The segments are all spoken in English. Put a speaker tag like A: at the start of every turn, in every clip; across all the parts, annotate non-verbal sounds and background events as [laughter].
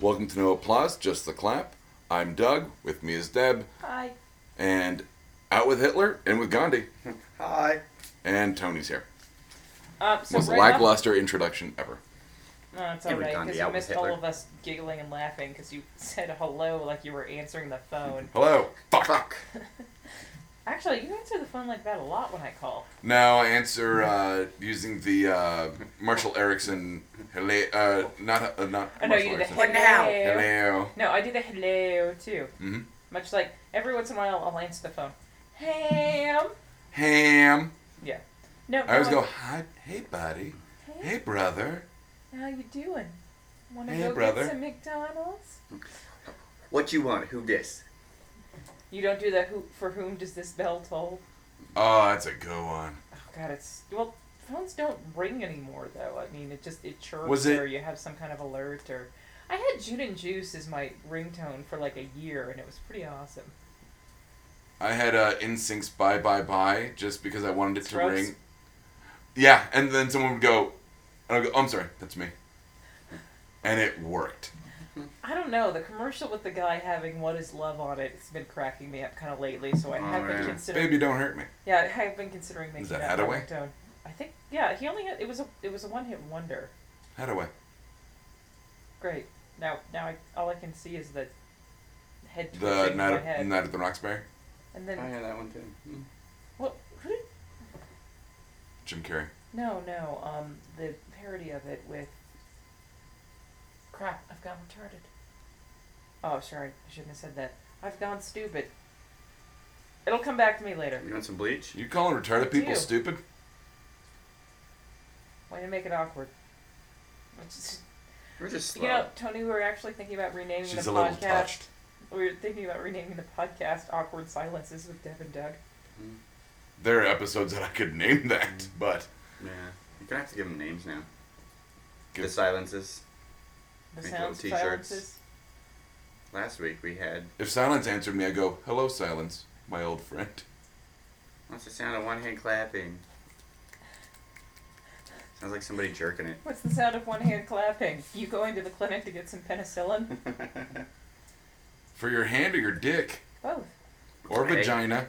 A: Welcome to No Applause, Just the Clap. I'm Doug, with me is Deb,
B: Hi.
A: and out with Hitler and with Gandhi.
C: Hi.
A: And Tony's here.
B: Um, so
A: Most
B: right off,
A: lackluster introduction ever.
B: no, it's
C: Here we
B: alright
C: gone,
B: because
C: the
B: you
C: out with
B: missed all
C: Hitler.
B: of us giggling and laughing because you said hello like you were answering the phone.
A: Hello. Fuck.
B: Actually, you answer the phone like that a lot when I call.
A: Now I answer uh, using the uh, Marshall Erickson. Hello. Uh, not uh, not
B: I know
A: Marshall
B: Oh, you do the
A: Erickson.
C: What now?
B: hello.
A: Hello.
B: No, I do the hello too.
A: Mhm.
B: Much like every once in a while, I'll answer the phone. Ham.
A: Ham.
B: No.
A: I always
B: no,
A: go, hi, hey, buddy.
B: Hey,
A: Hey, brother.
B: how you doing? Want to
A: Hey,
B: go
A: brother.
B: get some McDonald's?
C: What you want? Who dis?
B: You don't do the who for whom does this bell toll?
A: Oh, that's a go one.
B: Oh God, it's well. Phones don't ring anymore, though. I mean, it just it chirps
A: Was it-
B: or you have some kind of alert or. I had Jude and Juice as my ringtone for like a year, and it was pretty awesome.
A: I had uh, NSYNC's Bye Bye Bye just because I wanted it to
B: Strokes?
A: ring. Yeah, and then someone would go, and I'd go, oh, I'm sorry, that's me. And it worked.
B: I don't know the commercial with the guy having "What Is Love" on it. It's been cracking me up kind of lately, so I
C: Oh,
B: have been
C: yeah.
B: considering.
A: Baby, don't hurt me.
B: Yeah, I have been considering making
A: Is that
B: my
A: Hathaway?
B: ringtone. I think yeah, he only had, it was a it was a one hit wonder.
A: Head away.
B: Great. Now now I, all I can see is the head
A: The
B: twitching in
A: night,
B: my
A: of,
B: head,
A: night at the Roxbury,
B: and then
C: I had that one too. Mm.
B: what? Who did
A: Jim Carrey.
B: No, no. Um, the parody of it with. Crap! I've gone retarded. Oh, sorry. I shouldn't have said that. I've gone stupid. It'll come back to me later.
C: You want some bleach?
A: You calling retarded
B: I
A: people
B: do.
A: stupid?
B: Way to make it awkward. Which is-
C: We're just slow.
B: you know, Tony, we were actually thinking about renaming
A: She's
B: the
A: a little
B: podcast.
A: touched.
B: We were thinking about renaming the podcast "Awkward Silences" with Dev and Doug.
A: There are episodes that I could name that,
B: Mm.
A: but
C: yeah. You're gonna have to give them names now.
A: Give-
C: The silences.
B: The
C: Make
B: sounds
C: little t-shirts.
B: silences.
C: Last week we had.
A: if Silence answered me, I go, hello, Silence, my old friend.
C: What's the sound of one hand clapping? Sounds like somebody jerking it.
B: What's the sound of one hand clapping? You going to the clinic to get some penicillin?
A: [laughs] For your hand or your dick,
B: Both.
A: [laughs] or
C: Hey.
A: vagina.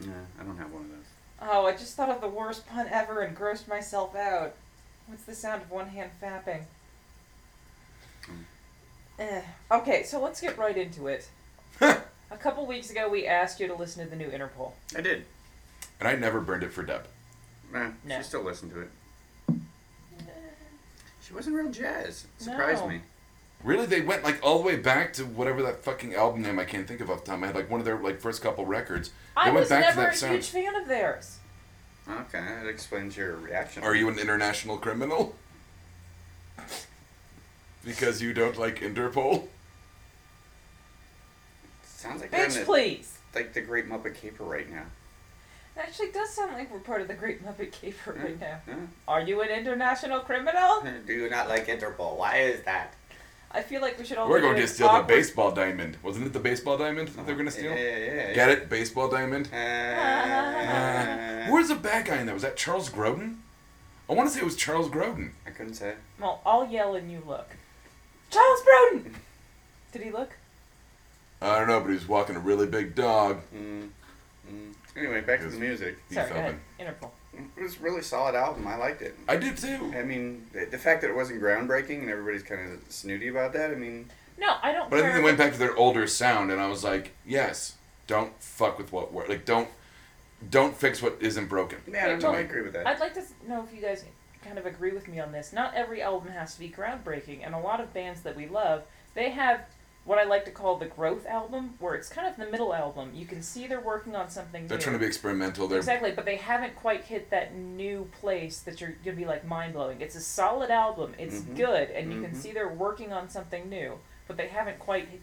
C: Yeah, I don't have one of those.
B: Oh, I just thought of the worst pun ever and grossed myself out. What's the sound of one hand fapping? Eh. Okay, so let's get right
A: [laughs]
B: into it. A couple weeks ago, we asked you to listen to the new Interpol.
C: I did.
A: And I never burned it for Deb.
C: Eh,
B: No.
C: She still listened to it. She wasn't real jazz. Surprised
B: No.
C: me.
A: Really, they went like all the way back to whatever that fucking album name I can't think of off the top. I had like one of their like first couple records.
B: I
A: went
B: was
A: back to
B: never
A: that
B: a
A: sound.
B: huge fan of theirs.
C: Okay, that explains your reaction.
A: Are you an international criminal? [laughs] Because you don't like Interpol?
C: Sounds like we're in
B: Bitch,
C: the-
B: please.
C: like the Great Muppet Caper right now.
B: It actually does sound like we're part of the Great Muppet Caper
A: Mm.
B: right now.
C: Huh?
B: Are you an international criminal?
C: Mm-hmm. Do you not like Interpol? Why is that?
B: I feel like we should all.
A: We're
B: be
A: going to
B: doing
A: steal the
B: Oh, awkward-
A: baseball diamond. Wasn't it the baseball diamond that they were going to steal?
C: Yeah, yeah, yeah.
A: Get it? Baseball diamond?
C: Uh,
A: Who was the bad guy in that? Was that Charles Grodin? I want to say it was Charles Grodin.
C: I couldn't say.
B: Well, I'll yell and you look. Charles Broden! Did he look?
A: I don't know, but he was walking a really big dog.
C: Mm, mm. Anyway, back to the music.
A: He's
B: Sorry, go ahead.
A: open.
B: Interpol.
C: It was a really solid album. I liked it.
A: I did too.
C: I mean, the the fact that it wasn't groundbreaking and everybody's kind of snooty about that. I mean,
B: No, I don't
A: But I
B: care.
A: think they went back to their older sound, and I was like, yes, don't fuck with what worked. Like, don't, don't fix what isn't broken.
C: yeah, I don't
B: Wait,
C: know. I
B: well,
C: agree with that.
B: I'd like to s- know if you guys kind of agree with me on this. Not every album has to be groundbreaking, and a lot of bands that we love, they have what I like to call the growth album, where it's kind of the middle album. You can see they're working on something
A: They're
B: new.
A: trying to be experimental. They're
B: Exactly, but they haven't quite hit that new place that you're gonna be like mind blowing. It's a solid album. It's
C: Mhm.
B: good, and you can
C: Mhm.
B: see they're working on something new, but they haven't quite. Hit,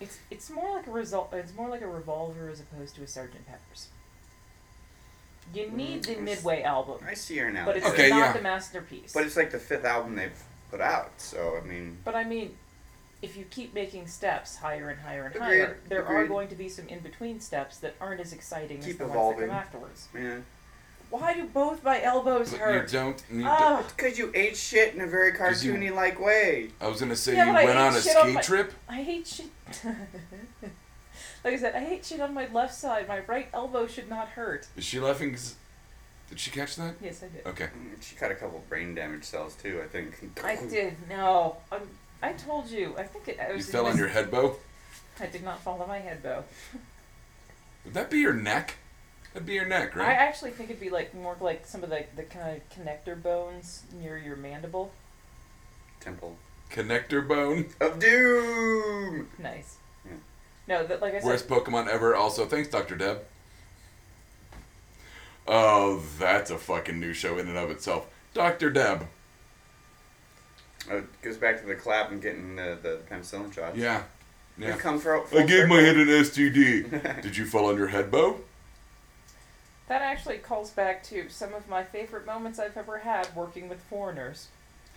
B: it's it's more like a result. It's more like a revolver as opposed to a Sergeant Pepper's. You need the
C: Mm, it's-
B: midway album,
C: I see her now.
B: but it's
A: Okay,
B: not
A: yeah.
B: the masterpiece.
C: But it's like the fifth album they've put out. So I mean,
B: But I mean, if you keep making steps higher and higher and
C: Agreed,
B: higher, there are
C: agreed.
B: going to be some in between steps that aren't as exciting as
C: Keep
B: the ones that
C: evolving.
B: come afterwards.
C: yeah.
B: Why do both my elbows
A: But you
B: hurt?
A: don't need to.
B: Oh,
C: Because you ate shit in a very
A: 'Cause you-
C: cartoony like way.
A: I was gonna say
B: Yeah,
A: you
B: but I
A: went
B: ate
A: on a
B: shit on
A: ski
B: my-
A: trip.
B: I hate shit. [laughs] like I said, I hate shit on my left side. My right elbow should not hurt.
A: Is she laughing? 'cause- Did she catch that?
B: Yes, I did.
A: Okay.
C: She got a couple brain damage cells too, I think. [laughs]
B: I
A: [laughs]
B: did. No, i I told you. I think it. I
A: You
B: was
A: fell on your head, Bo.
B: I did not fall on my head though.
A: Would that be your neck? That'd be your neck,
B: I
A: right?
B: actually think it'd be like more like some of the the kind of connector bones near your mandible.
C: Temple
A: Connector bone.
C: of Doom.
B: Nice.
A: Hmm.
C: Yeah.
B: No, that like I said,
A: Worst Pokemon ever. Also, thanks, Dr. Deb. Oh, that's a fucking new show in and of itself. Dr. Deb.
C: Oh, it goes back to the clap and getting the, the penicillin shot.
A: Yeah.
C: We
A: Yeah.
C: come for,
A: I gave my head an [laughs]
B: [laughs]
A: STD. Did you fall on your head, Bo?
B: that actually calls back to some of my favorite moments I've ever had working with foreigners.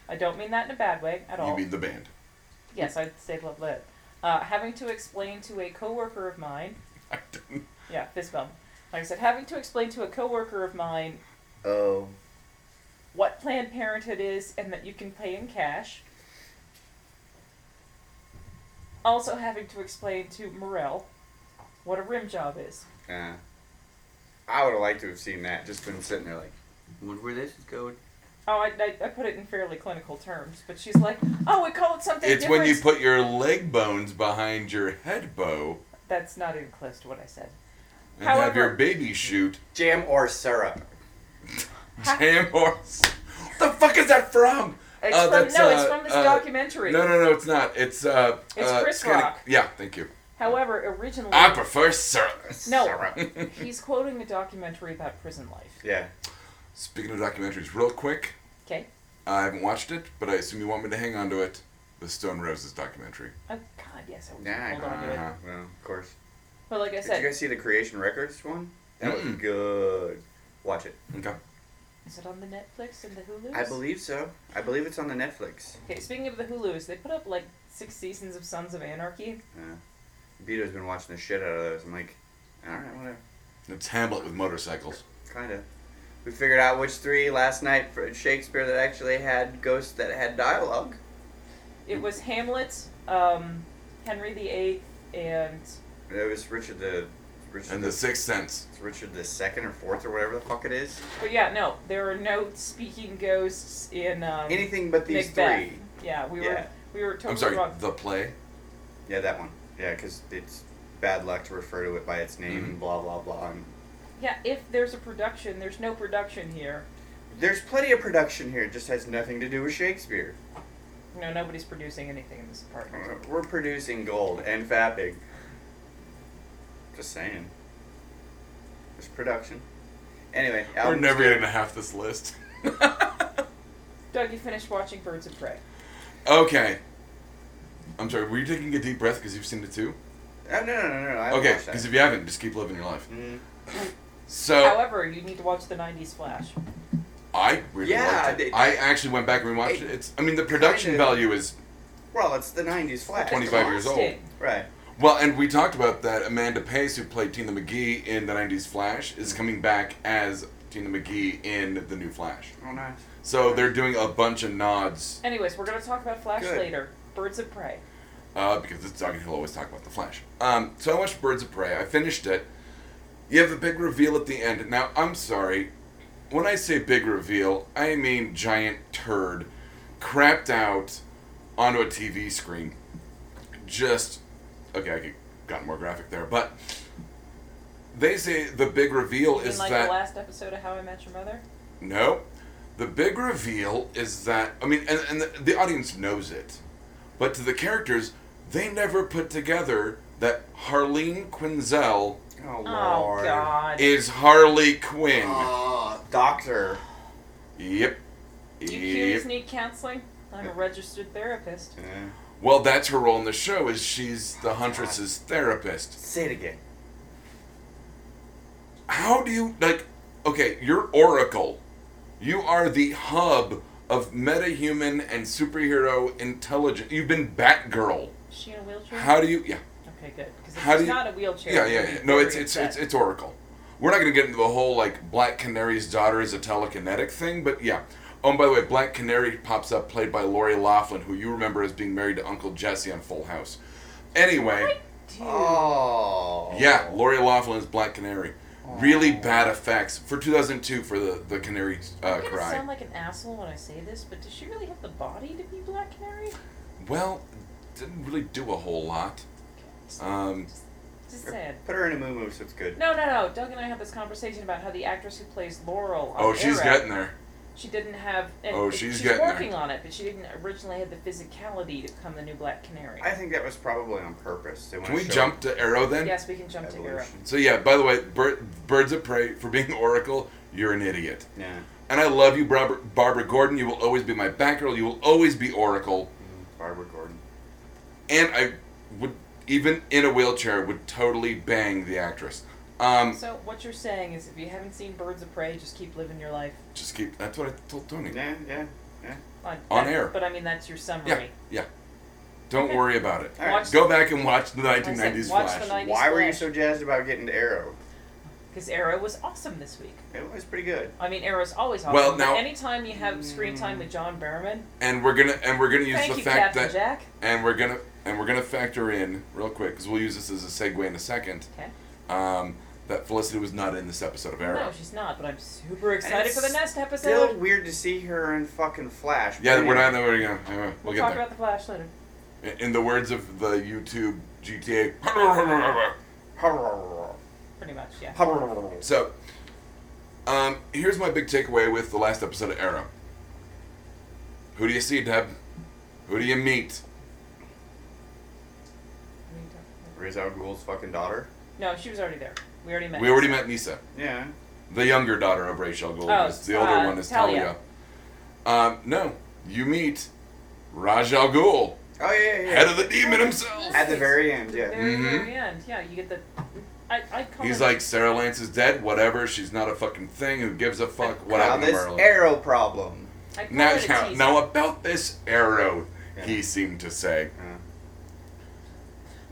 B: I don't mean that in a bad way at all.
A: You mean the band. [laughs]
B: yes, I'd say love lit. Uh, having to explain to a coworker of mine,
A: I don't.
B: yeah, fist bump. Like I said, having to explain to a coworker of mine
C: [laughs] Oh,
B: what Planned Parenthood is and that you can pay in cash. Also, having to explain to Morel what a rim job is.
C: yeah. I would have liked to have seen that. Just been sitting there like, wonder where this is going.
B: Oh, I, I, I put it in fairly clinical terms, but she's like, oh, we call it something
A: It's
B: different.
A: when you put your leg bones behind your head, Bo,
B: That's not even close to what I said.
A: and have your
B: However-
A: baby shoot.
C: Jam or syrup?
B: [laughs] Ha-
A: Damn horse. What the fuck is that from?
B: It's
A: Uh,
B: from,
A: that's,
B: no, it's
A: uh,
B: from this
A: uh,
B: documentary.
A: No, no, no, it's not. It's, uh.
B: It's
A: uh,
B: Chris
A: kinda-
B: Rock.
A: Yeah, thank you.
B: However, originally,
A: I prefer syrup.
B: No.
C: Syrup.
B: he's quoting a documentary about prison life.
C: yeah.
A: [laughs] Speaking of documentaries, real quick,
B: Okay?
A: I haven't watched it, but I assume you want me to hang on to it. The Stone Roses documentary.
B: Oh, God, yes, I was
C: Yeah.
B: hold on to it.
A: uh-huh.
C: Well, of course.
B: But like I
C: Did you
B: said,
C: guys see the Creation Records one? That was
A: Mm-mm.
C: good. Watch it.
B: Hmm.
A: Okay.
B: is it on the Netflix and the Hulu?
C: I believe so. I believe it's on the Netflix.
B: Okay, speaking of the Hulus, they put up like six seasons of Sons of Anarchy.
C: Yeah. Vito's been watching the shit out of those. I'm like, all right, whatever.
A: It's Hamlet with motorcycles.
C: Kind of. We figured out which three last night for Shakespeare that actually had ghosts that had dialogue.
B: It was Hamlet, um, Henry VIII, and
C: It was Richard the Richard
A: And The Sixth Sense.
C: it's Richard the second or fourth or whatever the fuck it is.
B: but yeah, no, there are no speaking ghosts in um,
C: Anything but these
B: Macbeth.
C: three.
B: Yeah, we were
C: Yeah.
B: we were totally
A: I'm sorry,
B: wrong.
A: the play.
C: Yeah, that one. Yeah, because it's bad luck to refer to it by its name.
A: Mhm.
C: and Blah blah blah. And
B: Yeah, if there's a production, there's no production here.
C: there's plenty of production here. It just has nothing to do with Shakespeare.
B: No, nobody's producing anything in this apartment.
C: We're producing gold and fapping. Just saying. There's production. Anyway,
A: We're
C: album's
A: never
C: good.
A: getting to half this list. [laughs]
B: [laughs] Doug, you finished watching Birds of Prey.
A: Okay. I'm sorry, were you taking a deep breath because you've seen it too?
C: Oh, no, no, no, no. I
A: okay,
C: watched that.
A: because if you haven't, just keep living your life.
C: Mm.
A: So,
B: However, you need to watch the '90s Flash.
A: I really
C: Yeah,
A: liked it.
C: they-
A: I actually went back and rewatched
C: It-
A: it. It's, I mean, the production
C: kinda-
A: value is
C: Well, it's the 90s flash.
A: 25 years old.
B: Interesting.
C: Right.
A: Well, and we talked about that. Amanda Pace, who played Tina McGee in the 90s Flash, is
C: Mm-hmm.
A: coming back as Tina McGee in the new Flash.
C: Oh, nice.
A: So they're doing a bunch of nods
B: Anyways, we're gonna talk about Flash
C: Good.
B: later. Birds of Prey.
A: uh, because it's Doug and he'll always talk about the Flash. Um, so I watched Birds of Prey. I finished it. You have a big reveal at the end. Now, I'm sorry. When I say big reveal, I mean giant turd crapped out onto a TV screen. Just. Okay, I could- got more graphic there, but. They say the big reveal
B: You mean
A: Oh, is
B: like
A: that.
B: the last episode of How I Met Your Mother?
A: No. The big reveal is that, I mean, and, and the, the audience knows it, but to the characters, they never put together that Harleen Quinzel
C: Oh,
B: Oh
C: Lord.
B: God!
A: is Harley Quinn.
C: Oh, doctor.
A: Yep.
B: you cuties
A: Yep.
B: need counseling. I'm a registered therapist.
C: Yeah.
A: Well, that's her role in the show is she's the Huntress's therapist.
C: Say it again.
A: How do you like? Okay, you're Oracle. You are the hub of metahuman and superhero intelligence. You've been Batgirl.
B: Is she in a wheelchair?
A: How do you? Yeah.
B: okay, good. Because if
A: How do
B: she's
A: you-
B: not a wheelchair,
A: Yeah,
B: I'm
A: yeah,
B: gonna
A: yeah.
B: be
A: No,
B: very
A: it's it's it's
B: upset.
A: it's Oracle. We're not going to get into the whole like Black Canary's daughter is a telekinetic thing, but yeah. Oh, and by the way, Black Canary pops up, played by Lori Laughlin, who you remember as being married to Uncle Jesse on Full House. Anyway,
B: Dude.
A: uh,
C: Oh.
A: yeah, Lori Laughlin is Black Canary. Really bad effects for 2002 for the the Canary uh,
B: I'm gonna
A: cry.
B: sound like an asshole when I say this, but does she really have the body to be Black Canary?
A: Well, didn't really do a whole lot.
B: Just,
A: Um,
B: just sad.
C: Put her in a moo moo so it's good.
B: No, no, no. Doug and I had this conversation about how the actress who plays Laurel. On
A: oh, she's
B: Arrow,
A: getting there.
B: She didn't have. And
A: Oh,
B: it-
A: she's
B: she's
A: getting there.
B: working on it, but she didn't originally have the physicality to become the new Black Canary.
C: I think that was probably on purpose. They wanna
A: Can we
C: show
A: jump to Arrow then?
B: yes, we can jump to Arrow.
C: evolution.
A: So yeah, by the way, Bir- Birds of Prey for being [laughs] Oracle, you're an idiot.
C: Yeah.
A: And I love you, Barbara, Barbara Gordon. You will always be my Batgirl. You will always be Oracle.
C: Mm-hmm. Barbara Gordon.
A: And I would, even in a wheelchair, would totally bang the actress. Um,
B: So what you're saying is, if you haven't seen Birds of Prey, just keep living your life
A: just keep. That's what I told Tony.
C: Yeah, yeah, yeah.
B: on,
A: On
B: that-
A: air.
B: But I mean, that's your summary.
A: Yeah, yeah. Don't
B: Okay.
A: worry about it.
C: All right.
B: Watch
A: Go back and watch the
B: said,
A: 1990s
B: watch
A: Flash.
B: the 90s
C: Why were you
B: Flash.
C: so jazzed about getting to Arrow?
B: Because Arrow was awesome this week.
C: It was pretty good.
B: I mean, Arrow's always awesome.
A: Well,
B: but
A: now-
B: anytime you have screen time with John Berman,
A: and we're gonna and we're gonna use
B: thank
A: the
B: you,
A: fact
B: Captain
A: that
B: Jack.
A: and we're gonna and we're gonna factor in real quick because we'll use this as a segue in a second.
B: Okay.
A: Um, that Felicity was not in this episode of Arrow.
B: No, she's not. But I'm super
C: And
B: excited
C: it's
B: for the next
C: Still
B: episode.
C: weird to see her in fucking Flash.
A: yeah,
C: but
A: we're not.
C: anyway.
A: We're gonna. uh, we'll,
B: We'll
A: get
B: talk
A: there.
B: about the Flash later.
A: In- in the words of the YouTube GTA.
B: Pretty much, yeah.
A: So, um, here's my big takeaway with the last episode of Arrow. Who do you see, Deb? Who do you meet?
C: Ra's al Ghul's fucking daughter.
B: No, she was already there. We already met.
A: We already met Nisa,
C: Yeah.
A: the younger daughter of Rachel Gold.
B: Oh,
A: is- the older
B: uh,
A: one is Talia.
B: Talia.
A: Um, no, you meet Rajal Ghul,
C: Oh yeah, yeah.
A: head of the demon himself. Mm-hmm.
C: At the very end,
B: Very,
C: yeah.
B: very end. Yeah, you get the. I, I call
A: He's
B: it-
A: like, Sarah Lance is dead, whatever, she's not a fucking thing, who gives a fuck, what
C: now
A: happened to
C: this
A: Merlin?
C: Arrow problem.
B: I call
A: Now,
B: it a
A: now,
B: teaser.
A: now about this arrow,
C: Yeah.
A: he seemed to say.
C: Yeah.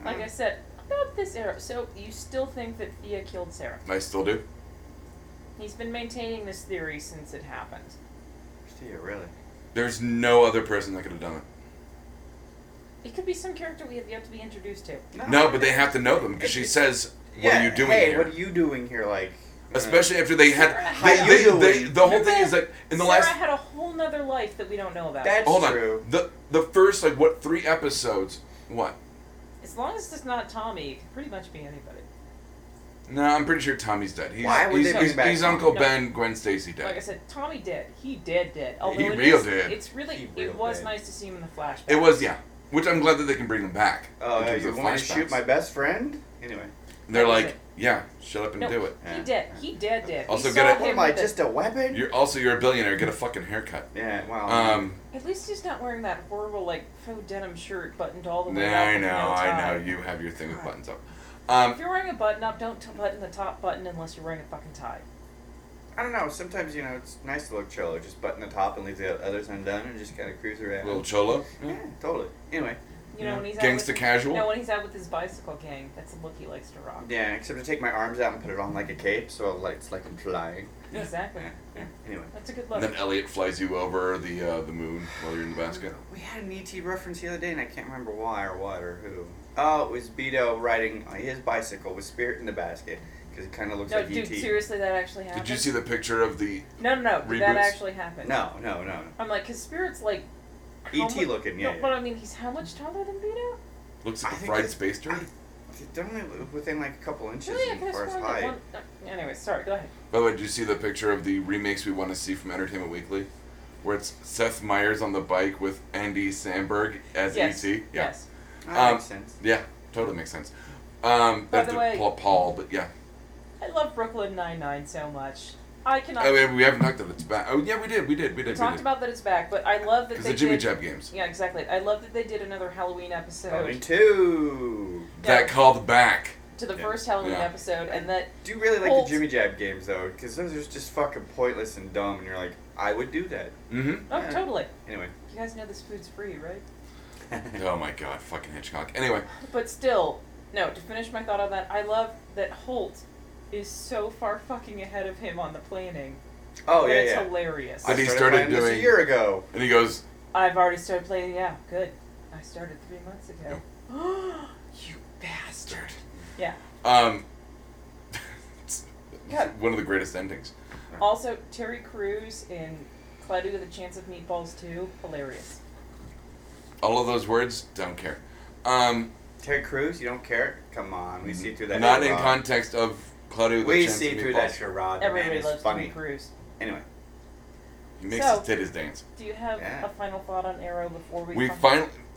B: Like I said, about this arrow. So you still think that Thea killed Sarah?
A: I still do.
B: He's been maintaining this theory since it happened.
C: Yeah, really.
A: There's no other person that could have done it.
B: It could be some character we have yet to be introduced to.
A: No, but they have to know them because she says, "What
C: yeah,
A: are you doing
C: hey,
A: here?"
C: what are you doing here? Like,
A: Especially after they had.
B: How
A: They,
C: you
A: they,
C: doing?
A: they- the whole thing is like in the
B: Sarah
A: last.
B: had a whole nother life that we don't know about.
C: That's
A: Hold
C: true.
A: on. The the first like what three episodes? What?
B: as long as it's not Tommy, it could pretty much be anybody.
A: No, I'm pretty sure Tommy's dead. He's,
C: Why would
A: he's,
C: they
A: he's,
C: bring back
A: he's Uncle
B: Tommy? No.
A: Ben, Gwen Stacy
B: Like I
A: dead.
B: said, Tommy did. He did did. Although it
A: real
B: is-
A: did.
B: It's
C: He
B: really
C: real
B: it was
C: did.
B: nice to see him in the flashback.
A: It was yeah. Which I'm glad that they can bring them back. in
C: Uh,
A: terms
C: you
A: of
C: want me to shoot
A: flashbacks.
C: my best friend? Anyway.
A: They're
B: That was
A: like,
B: it.
A: yeah, shut up and
B: No.
A: do it.
B: He did. He did did. We
A: Also
B: saw
A: get it-
B: him
C: What am I,
B: with a-
C: Oh just a weapon?
A: You're also you're a billionaire. Get a fucking haircut.
C: yeah, wow.
A: Um,
B: At least he's not wearing that horrible like faux denim shirt buttoned all the way
A: nah,
B: up.
A: I
B: with
A: know,
B: no
A: I
B: tie.
A: know. You have your thing with buttons up.
B: If
A: Um,
B: you're wearing a button up, don't t- button the top button unless you're wearing a fucking tie.
C: I don't know. Sometimes, you know, it's nice to look cholo. Just button the top and leave the others undone and just kind of cruise around.
A: little cholo,
C: yeah, totally. Anyway.
B: You know when he's out
A: gangsta
B: with,
A: casual.
B: No, when he's out with his bicycle gang, that's the look he likes to rock.
C: Yeah, except I take my arms out and put it on like a cape, so I'll, like, it's like I'm flying.
A: Yeah.
B: Exactly.
C: Yeah, yeah. Anyway.
B: That's a good
A: and
B: look.
A: then Elliot flies you over the uh, the moon while you're in the basket.
C: We had an ET reference the other day, and I can't remember why or what or who. Oh, it was Beto riding his bicycle with Spirit in the basket because it kind of looks
B: no,
C: like E
B: dude,
C: ET.
B: seriously, that actually happened.
A: E Did you see the picture of the?
B: No, no, no. Did that
A: Reboots?
B: actually happened?
C: No, no, no.
B: I'm like, his spirit's like. how
C: ET
B: mu-
C: looking,
B: No,
C: yeah,
B: but I mean, he's how much taller than Vito?
A: Looks
C: I
A: like a
C: think
A: fried
C: it's-
A: space
C: I-
A: turd.
C: They're only within like a couple inches
B: Really, I
C: as
B: could have
C: far as
B: sworn that
C: height.
B: one. uh, Anyway, sorry. Go ahead.
A: By the way, did you see the picture of the remakes we want to see from Entertainment Weekly, where it's Seth Meyers on the bike with Andy Samberg as
B: yes.
A: ET? E Yeah.
B: Yes.
C: That
A: Um,
C: makes sense.
A: Yeah, totally makes sense. Um,
B: By
A: that's
B: the way-
A: Paul, Paul, but yeah.
B: I love Brooklyn Nine Nine so much. I cannot.
A: I mean, we haven't talked about it's back. Oh yeah, we did, we did, we
B: we
A: did, we
B: talked
A: did.
B: about that it's back, but I love that
A: Because
B: they
A: the Jimmy
B: did.
A: Jab games.
B: Yeah, exactly. I love that they did another Halloween episode
C: Halloween Oh, two.
A: That
B: Yeah.
A: called back.
B: to the
C: Yeah.
B: first Halloween
A: Yeah.
B: episode, and that
C: Do you really like
B: Holt.
C: the Jimmy Jab games though? Because those are just fucking pointless and dumb, and you're like, I would do that
A: Mm-hmm.
B: oh,
C: Yeah.
B: totally.
A: [laughs]
C: anyway.
B: You guys know this food's free, right?
A: Oh my god, fucking Hitchcock. Anyway,
B: But still, no. To finish my thought on that, I love that Holt is so far fucking ahead of him on the planning.
C: Oh
B: that
C: yeah,
B: it's
C: yeah.
B: hilarious.
A: I And he started
C: planning this
A: doing-
C: a year ago.
A: And he goes,
B: I've already started playing. Yeah, good. I started three months ago. [gasps] you bastard. Yeah.
A: um, it's
B: [laughs] Yeah.
A: one of the greatest endings.
B: Also, Terry Crews in Cloudy with a Chance of Meatballs 2, hilarious.
A: All of those words, don't care. Um,
C: Terry Crews, you don't care? Come on, we see through that.
A: not in
C: charade.
A: context of Claudia with a
C: We
A: Chance
C: see
A: of
C: through
A: Meatballs.
C: that charade. The man
B: Everybody
C: is
B: loves
C: funny.
B: Terry Crews.
C: Anyway,
A: He makes
B: So-
A: his titties dance.
B: Do you have
C: Yeah.
B: a final thought on Arrow before we?
A: We
B: fucking-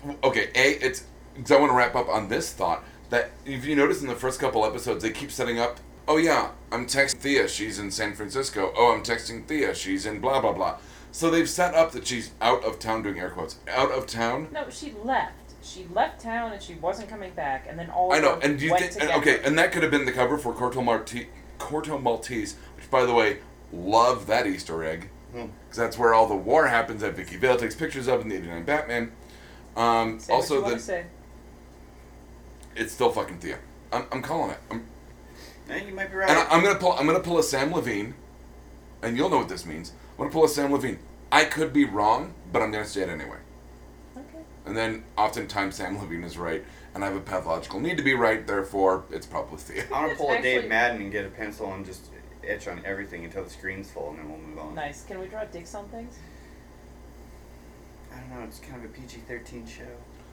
A: finally okay. A it's because I want to wrap up on this thought that if you notice in the first couple episodes they keep setting up. Oh yeah, I'm texting Thea. She's in San Francisco. Oh, I'm texting Thea. She's in blah blah blah. So they've set up that she's out of town doing air quotes. Out of town.
B: No, she left. She left town and she wasn't coming back. And then all
A: I
B: of
A: know.
B: them
A: And you
B: went
A: think and,
B: together.
A: okay, and that could have been the cover for Corto Maltese. Corto Maltese, which by the way, love that Easter egg.
C: Hmm.
A: Because that's where all the war happens that Vicky Vale takes pictures of in the 89 Batman. Um,
B: Say
A: also,
B: what you wanna
A: the,
B: say.
A: it's still fucking Thea. I'm, I'm calling it. I'm,
C: eh, you might be right.
A: and I, I'm gonna pull. I'm gonna pull a Sam Levine, and you'll know what this means. I'm gonna pull a Sam Levine. I could be wrong, but I'm gonna say it anyway.
B: Okay.
A: And then oftentimes Sam Levine is right, and I have a pathological need to be right. Therefore, it's probably Thea. [laughs]
C: I'm gonna
B: It's
C: pull a Dave
B: actually-
C: Madden and get a pencil and just etch on everything until the screen's full, and then we'll move on.
B: Nice. Can we draw dicks on things?
C: I don't know. It's kind of a PG-13 show.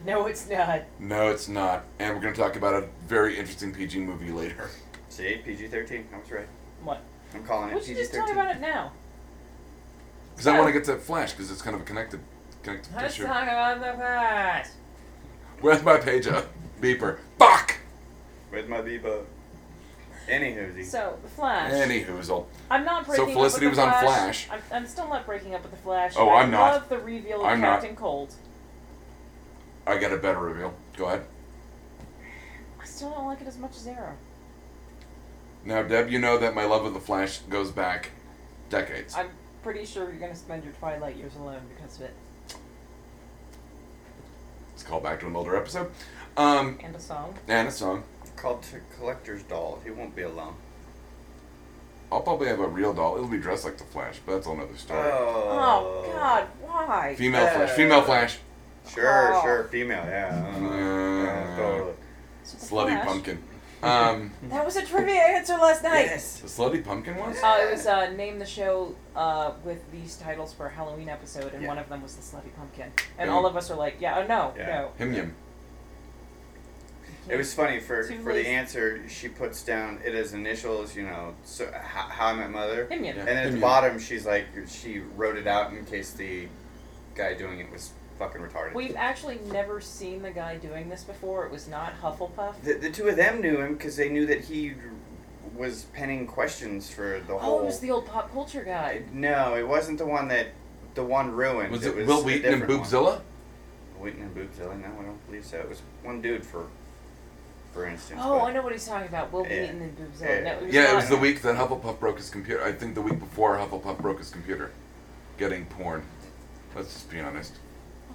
B: No, it's not.
A: No, it's not. And we're gonna talk about a very interesting PG movie later.
C: See, PG-13. I was right.
B: What?
C: I'm calling
B: We
C: it
B: should just talk about
C: PG-13.
B: it now.
A: Because I want to get to Flash, because it's kind of a connected, connected
B: Let's
A: issue.
B: talk about the past.
A: Where's my page up? Beeper. Fuck.
C: With my Bebo. Anywho,
B: So, The Flash.
A: Anyhoozle.
B: I'm not breaking
A: Felicity
B: up with
A: was
B: the
A: on
B: Flash.
A: Flash.
B: I'm, I'm still not breaking up with the Flash.
A: Oh,
B: I
A: I'm not.
B: love the reveal of
A: I'm not.
B: Captain Cold.
A: I got a better reveal. Go ahead.
B: I still don't like it as much as Arrow.
A: Now, Deb, you know that my love of the Flash goes back decades.
B: I'm pretty sure you're gonna spend your Twilight years alone because of it.
A: Let's call back to an older episode. Um,
B: And a song.
A: and a song.
C: called to Collector's Doll. He won't be alone.
A: I'll probably have a real doll. It'll be dressed like the Flash, but that's another story.
B: Oh, God, why?
A: female
C: Uh.
A: Flash. Female Flash.
C: Sure,
B: Oh.
C: sure, female, yeah. Uh, yeah,
A: Uh,
C: totally.
B: It's The
A: Slutty
B: Flash.
A: pumpkin. Um,
B: That was a trivia answer last night.
C: Yes.
A: the slutty pumpkin was.
B: Uh, it was uh, name the show uh, with these titles for a Halloween episode, and
C: Yeah.
B: one of them was the Slutty Pumpkin, and
A: Yeah.
B: all of us are like, yeah, oh no,
C: Yeah.
B: no.
A: Him yum.
C: It was funny for
B: Two
C: for the
B: ways.
C: answer. She puts down it as initials, you know, so, how, how I Met Mother,
B: Him, you
A: Yeah.
B: know.
C: and then at the
A: Him.
C: bottom she's like she wrote it out in case the guy doing it was fucking retarded.
B: We've actually never seen the guy doing this before. It was not Hufflepuff.
C: the, the two of them knew him because they knew that he was penning questions for the whole.
B: Oh, it was the old pop culture guy.
C: no, it wasn't the one that the one ruined.
A: Was
C: it
A: it
C: was
A: Will
C: a
A: Wheaton and
C: different one.
A: Boobzilla?
C: Wheaton and Boobzilla? No, I don't believe so. It was one dude for, for instance.
B: Oh,
C: but-
B: I know what he's talking about. Will
C: Yeah.
B: Wheaton and Boobzilla.
C: Yeah.
B: No, it was
A: Yeah,
B: not-
A: it was the week that Hufflepuff broke his computer. I think the week before Hufflepuff broke his computer. Getting porn. Let's just be honest.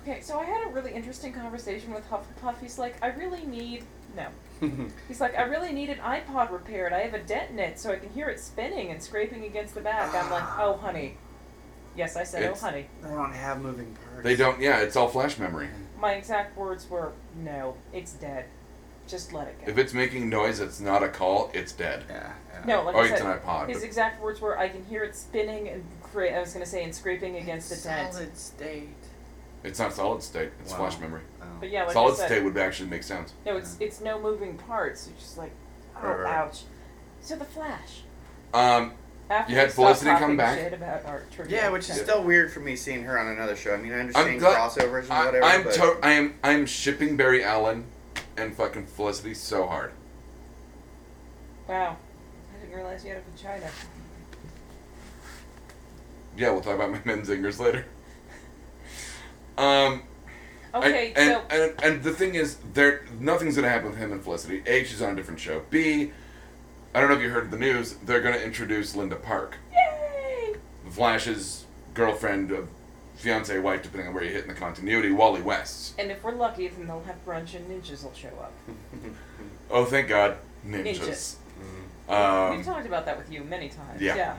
B: Okay, so I had a really interesting conversation with Hufflepuff. He's like, I really need no.
C: [laughs]
B: He's like, I really need an iPod repaired. I have a dent in it, so I can hear it spinning and scraping against the back. I'm
C: [gasps]
B: like, oh honey. Yes, I said,
A: It's-
B: oh honey.
C: They don't have moving parts.
A: They don't. Yeah, it's all flash memory.
B: My exact words were, no, it's dead. Just let it go.
A: If it's making noise, it's not a call. It's dead.
C: Yeah. yeah.
B: no, like
A: Oh,
B: I
A: it's
B: said,
A: an iPod.
B: his exact words were, I can hear it spinning and cra- I was gonna say and scraping against the dent.
C: Solid state. Oh.
A: It's not solid state. It's
C: Wow.
A: flash memory.
B: But yeah, like
A: solid
B: I said,
A: state would actually make sense.
B: No, it's it's no moving parts. It's just like, oh,
C: Right, right.
B: ouch. So the Flash.
A: Um,
B: After
A: You had
B: we stopped
A: Felicity come
B: talking
A: back?
B: Shit about our trivia
C: Yeah, which is
B: episode.
C: still weird for me seeing her on another show. I mean, I
A: I'm
C: understand
A: glad-
C: crossovers and
A: I,
C: whatever.
A: I'm
C: but
A: to- I am I'm shipping Barry Allen and fucking Felicity so hard.
B: wow. I didn't realize you had a vagina.
A: Yeah, we'll talk about my [laughs] men's zingers later. Um, I-
B: Okay,
A: and,
B: so
A: and, and the thing is, there nothing's gonna happen with him and Felicity. A, she's on a different show. B, I don't know if you heard the news. They're gonna introduce Linda Park,
B: yay!
A: the Flash's girlfriend, of fiance, wife, depending on where you hit in the continuity. Wally West's.
B: And if we're lucky, then they'll have brunch and ninjas will show up.
A: Oh, thank God, ninjas.
B: Ninjas.
C: Mhm.
A: Um,
B: We've talked about that with you many times.
A: yeah. it's-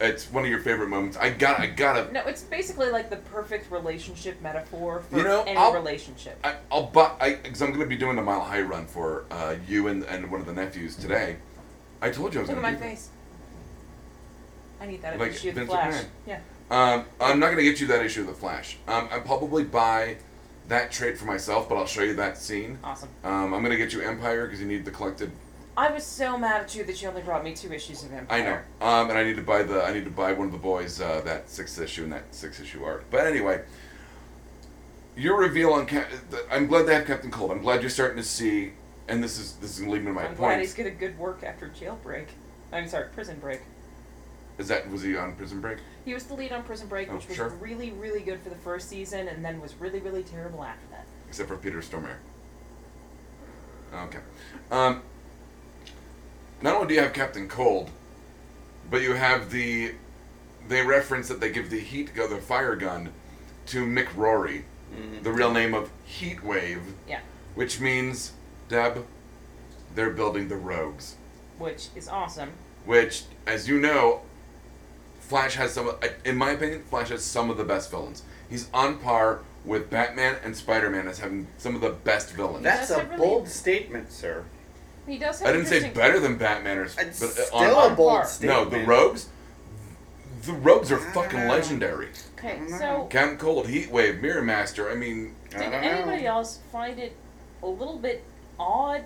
A: it's one of your favorite moments. I got, I gotta,
B: No, it's basically like the perfect relationship metaphor for
A: You know,
B: any
A: I'll-
B: relationship.
A: I, I'll buy, I, because I'm gonna be doing the mile high run for uh, you and, and one of the nephews today. I told you I was
B: Look
A: gonna
B: at my
A: do that.
B: face. I need that at
A: Like
B: issue of the
A: Vince
B: Flash.
A: McMahon.
B: Yeah.
A: Um, I'm not gonna get you that issue of the Flash. Um, I probably buy that trait for myself, but I'll show you that scene.
B: Awesome.
A: Um, I'm gonna get you Empire because you need the collected.
B: I was so mad at you that you only brought me two issues of
A: I know.
B: Empire.
A: Um, and I need to buy the. I need to buy one of the boys uh, that sixth issue and that sixth issue arc. But anyway, your reveal on. Cap- I'm glad they have Captain Cold. I'm glad you're starting to see. And this is this is gonna lead me to my
B: I'm
A: point.
B: glad he's getting good work after jailbreak. I'm sorry, prison break.
A: Is that was he on Prison Break?
B: He was the lead on Prison Break,
A: Oh,
B: which was
A: sure.
B: really, really good for the first season, and then was really, really terrible after that.
A: Except for Peter Stormare. Okay. Um, not only do you have Captain Cold, but you have the. They reference that they give the heat gun, the fire gun, to Mick Rory,
C: Mhm.
A: the real name of Heat Wave,
B: Yeah,
A: which means, Deb, they're building the rogues.
B: which is awesome.
A: Which, as you know, Flash has some. of- In my opinion, Flash has some of the best villains. He's on par with Batman and Spider Man as having some of the best villains.
C: That's
B: That's
C: a
B: a really-
C: bold statement, sir.
B: He does have.
A: I didn't say
B: interesting-
A: better than Batman or s-
C: It's
A: but, uh,
C: still
A: on-
C: a bold
B: par.
A: No,
C: statement. Ah.
A: the Rogues. The Rogues are
C: I
A: fucking
C: dunno.
A: legendary.
B: Okay,
C: Mm.
B: so
A: Captain Cold, Heat Wave, Mirror Master. I mean,
C: I
B: did
C: don't
B: anybody
C: know.
B: else find it a little bit odd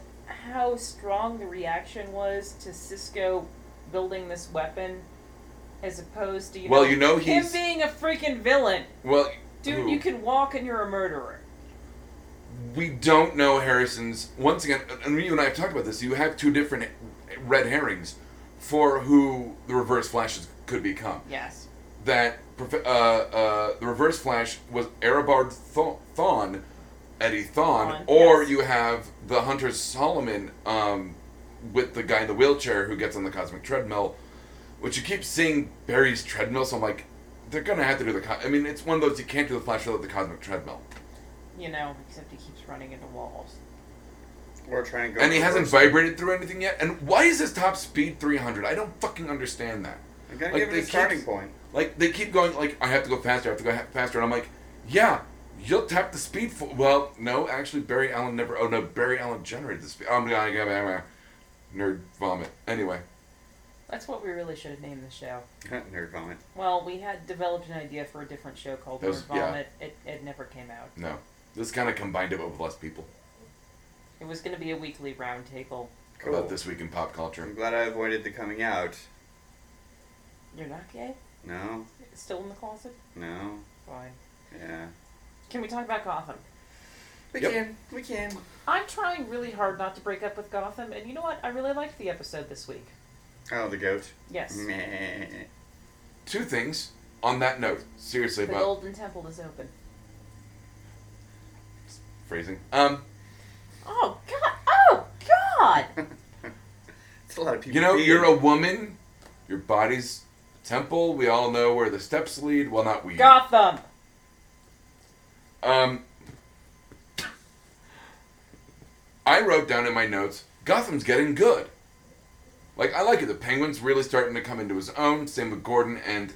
B: how strong the reaction was to Cisco building this weapon, as opposed to you
A: well,
B: know,
A: you know
B: him
A: he's
B: being a freaking villain,
A: well.
B: dude.
A: who?
B: You can walk and you're a murderer.
A: We don't know Harrison's. Once again, uh, and you and I have talked about this. You have two different eh, red herrings for who the Reverse Flash could become.
B: Yes.
A: that prof- uh, uh, the Reverse Flash was Erebard Thaw- Thawne, Eddie Thawne,
B: Thawne,
A: or
B: yes.
A: you have the Hunter Solomon um, with the guy in the wheelchair who gets on the cosmic treadmill, which you keep seeing Barry's treadmill. So I'm like, they're gonna have to do the. Co- I mean, it's one of those you can't do the Flash without the cosmic treadmill,
B: You know, except he keeps running into walls.
C: We're trying to go.
A: and he hasn't
C: reverse.
A: vibrated through anything yet. And why is his top speed 300? I don't fucking understand that.
C: I gotta
A: like,
C: give it
A: they
C: a
A: keep-
C: starting point.
A: Like they keep going. Like I have to go faster. I have to go ha- faster. And I'm like, yeah, you'll tap the speed. For- well, no, actually, Barry Allen never. Oh no, Barry Allen generated the speed. oh, I'm gonna get nerd vomit. Anyway,
B: That's what we really should have named the show.
C: Nerd vomit.
B: Well, we had developed an idea for a different show called
A: That was-
B: Nerd
A: yeah.
B: Vomit. It, it never came out.
A: no, this kind of combined it with less people
B: It was going to be a weekly roundtable.
C: Cool.
A: about this week in pop culture.
C: I'm glad I avoided the coming out.
B: You're not gay?
C: No,
B: Still in the closet?
C: no,
B: Fine.
C: yeah.
B: Can we talk about Gotham?
C: We
A: Yep.
C: can, we can.
B: I'm trying really hard not to break up with Gotham, and you know what? I really liked the episode this week.
C: Oh, the goat.
B: Yes.
C: Meh.
A: Two things on that note. Seriously
B: The
A: about
B: Golden Temple is open.
A: phrasing. Um,
B: Oh, God! Oh, God!
A: [laughs]
C: It's a lot of people.
A: you know,
C: being-
A: you're a woman. Your body's a temple. We all know where the steps lead. Well, not we.
B: Gotham!
A: Um, I wrote down in my notes, Gotham's getting good. Like I like it. The Penguin's really starting to come into his own. Same with Gordon and.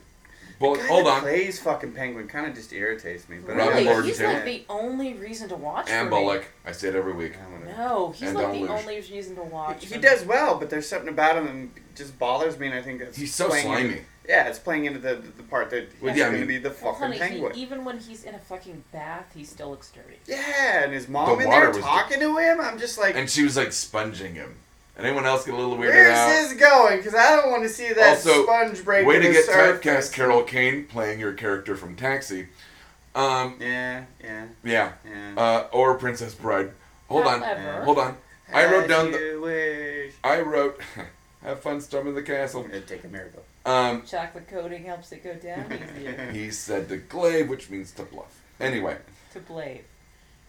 A: Bullock.
C: Guy
A: hold
C: that
A: on.
C: Plays fucking penguin kind of just irritates me. But I
A: Robin
B: Really?
A: Lord
B: He's
A: too.
B: like the only reason to watch
A: and
B: for me.
A: Bullock. I say it every week.
C: I don't know.
B: No, he's
A: And
B: like
A: don't
B: the
A: lose.
B: only reason to watch.
C: He
B: for
C: he
B: me.
C: does well, but there's something about him that just bothers me, and I think that's
A: He's so
C: playing
A: slimy.
C: in- yeah, it's playing into the the part that he's
A: Well, yeah, I
C: going to
A: mean-
C: be the
B: Well,
C: fucking
B: honey, he-
C: penguin.
B: even when he's in a fucking bath, he still looks dirty.
C: yeah, and his
A: The
C: mom in
A: water
C: there
A: was-
C: talking to him. I'm just like,
A: And she was like sponging him. And anyone else get a little weirded
C: where's
A: out?
C: this going? Because I don't want to see that
A: Also,
C: sponge break.
A: Way
C: in
A: to
C: the
A: get
C: surface.
A: typecast, Carol Kane playing your character from Taxi. Um,
C: Yeah, yeah,
A: yeah.
C: yeah.
A: Uh, or Princess Bride. Hold on.
B: However-
A: Hold on. I wrote
C: As
A: down the-
C: you wish.
A: I wrote. [laughs] Have fun storming the castle.
C: I'm gonna take a miracle.
A: Um,
B: Chocolate coating helps it
A: [laughs]
B: go down
C: Hmm.
B: easier.
A: He said to glaive, which means to bluff. Anyway,
B: to blave.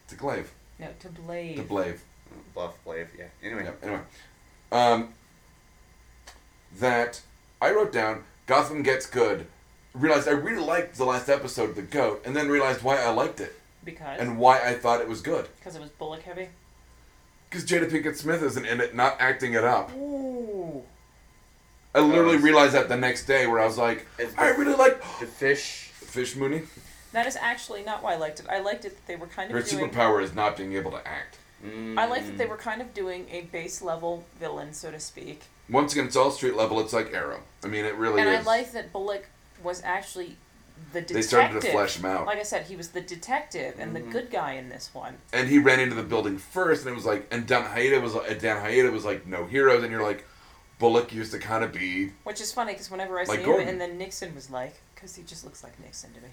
A: to glaive,
B: No, to blave.
A: to blave.
C: Bluff blade, yeah. Anyway,
A: Yeah, anyway, um, that I wrote down. Gotham gets good. Realized I really liked the last episode, the goat, and then realized why I liked it
B: because?
A: and why I thought it was good.
B: Because it was bullock heavy?
A: Because Jada Pinkett Smith isn't in it, not acting it up.
B: Ooh.
A: I literally
C: it's-
A: realized that the next day, where I was like,
C: It's
A: I
C: the-
A: really like [gasps]
C: The fish.
A: Fish Mooney.
B: That is actually not why I liked it. I liked it that they were kind
A: Her
B: of doing.
A: superpower is not being able to act.
B: I liked that they were kind of doing a base level villain, so to speak.
A: Once again, it's all street level. It's like Arrow. I mean, it really
B: and
A: is.
B: I like that Bullock was actually the detective.
A: they started to flesh him out, Mm-hmm.
B: Like I said, he was the detective and the good guy in this one.
A: and he ran into the building first, and it was like, and Dan Hayata was like, Dan Hayata was like, no heroes, and you're like, Bullock used to kind of be
B: Which is funny because whenever I
A: Like
B: see
A: Gordon.
B: him, and then Nixon was like, because he just looks like Nixon to me.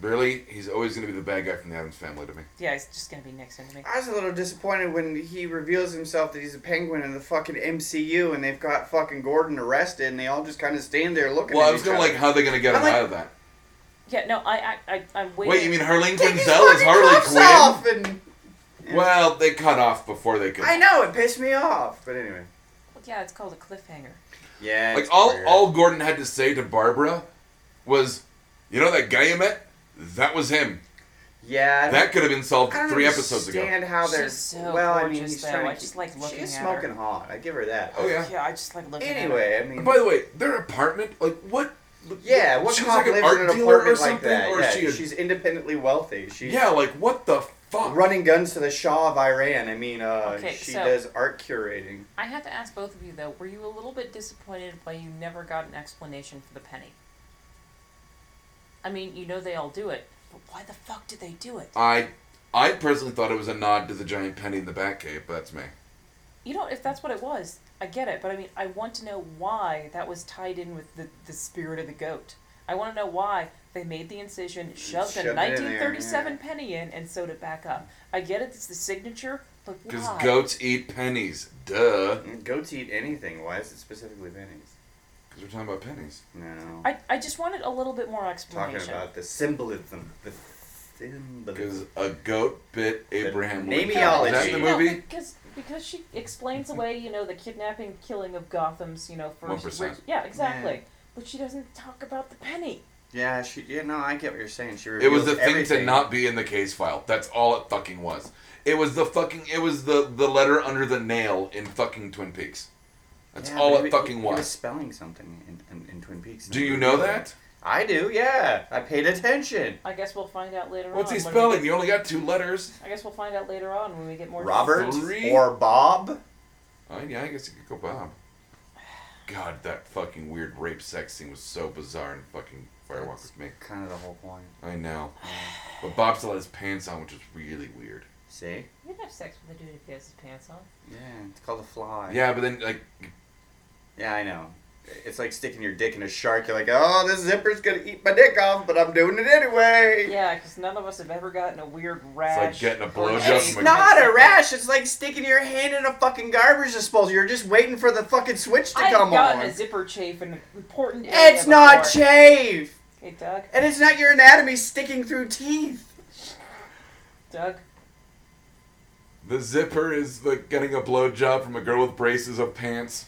A: really. He's always going to be the bad guy from the Adams Family to me.
B: Yeah, he's just gonna be Nixon to me.
C: I was a little disappointed when he reveals himself that he's a penguin in the fucking MCU, and they've got fucking Gordon arrested, and they all just kind of stand there looking.
A: Well,
C: at
A: I was
C: each
A: going to
C: other.
A: like how they're going to get
C: I'm
A: him
C: like-
A: out of that.
B: Yeah, no, I, I, I I'm waiting.
A: Wait, you mean Harleen
C: Take his
A: Quinzel is
C: fucking
A: Harley
C: cuffs
A: Quinn?
C: off and- Yeah.
A: Well, they cut off before they could.
C: I know it pissed me off, but anyway.
B: Yeah, it's called a cliffhanger.
C: Yeah.
A: Like all, all Gordon had to say to Barbara was, "You know that guy you met? That was him.
C: Yeah. I
A: That could have been solved
C: don't- I don't
A: three episodes ago."
C: Understand how they're
B: She's so
C: well. I mean,
B: gorgeous,
C: he's
B: though.
C: trying
B: I
C: to-
B: just like looking
C: She's
B: at her.
C: smoking hot. I give her that.
A: Oh yeah.
B: Yeah, I just like looking. at
C: Anyway, I mean,
A: And by the way, their apartment, like what?
C: yeah, what
A: She's
C: cop
A: like an
C: lives
A: art
C: in an
A: dealer or
C: apartment like
A: something,
C: that?
A: or
C: yeah,
A: she a-
C: she's independently wealthy. She's
A: Yeah, like what the fuck?
C: running guns to the Shah of Iran. I mean, uh,
B: Okay,
C: she
B: so-
C: does art curating.
B: I have to ask both of you though. Were you a little bit disappointed why you never got an explanation for the penny? I mean, you know they all do it, but why the fuck did they do it?
A: I, I personally thought it was a nod to the giant penny in the Batcave, but that's me.
B: You know, if that's what it was, I get it. But I mean, I want to know why that was tied in with the the spirit of the goat. I want to know why they made the incision, shoved,
C: Shoved it
B: a
C: in there,
B: 1937
C: yeah.
B: penny in, and sewed it back up. I get it. It's the signature, but
A: Because
B: why?
A: goats eat pennies, duh.
C: Goats eat anything. Why is it specifically pennies?
A: Because we're talking about pennies.
C: No.
B: I, I just wanted a little bit more
C: Talking
B: explanation.
C: about the symbolism. The symbolism.
A: Because a goat bit Abraham
C: The
A: Lincoln.
C: nameology.
A: Is that in the
B: No,
A: movie?
B: because because she explains away, you know, the kidnapping, killing of Gotham's, you know, first.
A: 1%.
B: rich- yeah, exactly. But she doesn't talk about the penny.
C: Yeah, she. Yeah, no, I get what you're saying. She.
A: It was
C: reveals
A: the thing to
C: everything.
A: not be in the case file. That's all it fucking was. It was the fucking. It was the the letter under the nail in fucking Twin Peaks. That's
C: Yeah,
A: all
C: but
A: it
C: he-
A: fucking
C: he,
A: was.
C: He was spelling something in, in, in Twin Peaks.
A: Do you know that?
C: I do. Yeah, I paid attention.
B: I guess we'll find out later
A: What's
B: on.
A: he
B: when we
A: spelling?
B: get-
A: You only got two letters.
B: I guess we'll find out later on when we get more.
C: Robert
A: Three?
C: or Bob?
A: Oh, yeah, I guess you could go Bob. God, that fucking weird rape sex scene was so bizarre and fucking Firewalk with me.
C: Kind of the whole point.
A: I know. But Bob still had his pants on, which is really weird.
C: [sighs] See?
B: You can have sex with a dude who has his pants on.
C: Yeah, it's called a fly.
A: Yeah, but then, like,
C: Yeah, I know. It's like sticking your dick in a shark. You're like, oh, this zipper's gonna eat my dick off, but I'm doing it anyway.
B: Yeah, because none of us have ever gotten a weird rash.
A: it's like getting a
B: or
A: blowjob
B: anything.
C: It's
A: from a
C: not a rash. It's like sticking your hand in a fucking garbage disposal. You're just waiting for the fucking switch to
B: I've
C: come
B: gotten
C: on.
B: a zipper chafe in an important area.
C: It's not
B: before.
C: chafe,
B: Hey, Doug.
C: and it's not your anatomy sticking through teeth.
B: Doug.
A: The zipper is like getting a blowjob from a girl with braces of pants.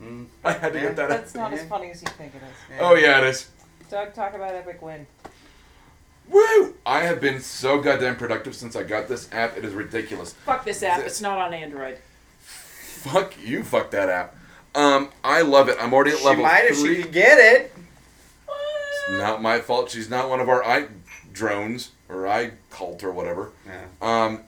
C: Mm.
A: I had to
C: Yeah.
A: get that out.
B: That's not as
C: [laughs] Yeah.
B: funny as you think it is.
A: Oh yeah, it is.
B: Doug, talk about epic win.
A: Woo! I have been so goddamn productive since I got this app. It is ridiculous.
B: Fuck this app.
A: This-
B: It's not on Android.
A: Fuck you. Fuck that app. Um, I love it. I'm already at
C: She
A: level
C: might if
A: three.
C: she could get it.
A: Not my fault. She's not one of our i drones or i cult or whatever. Um,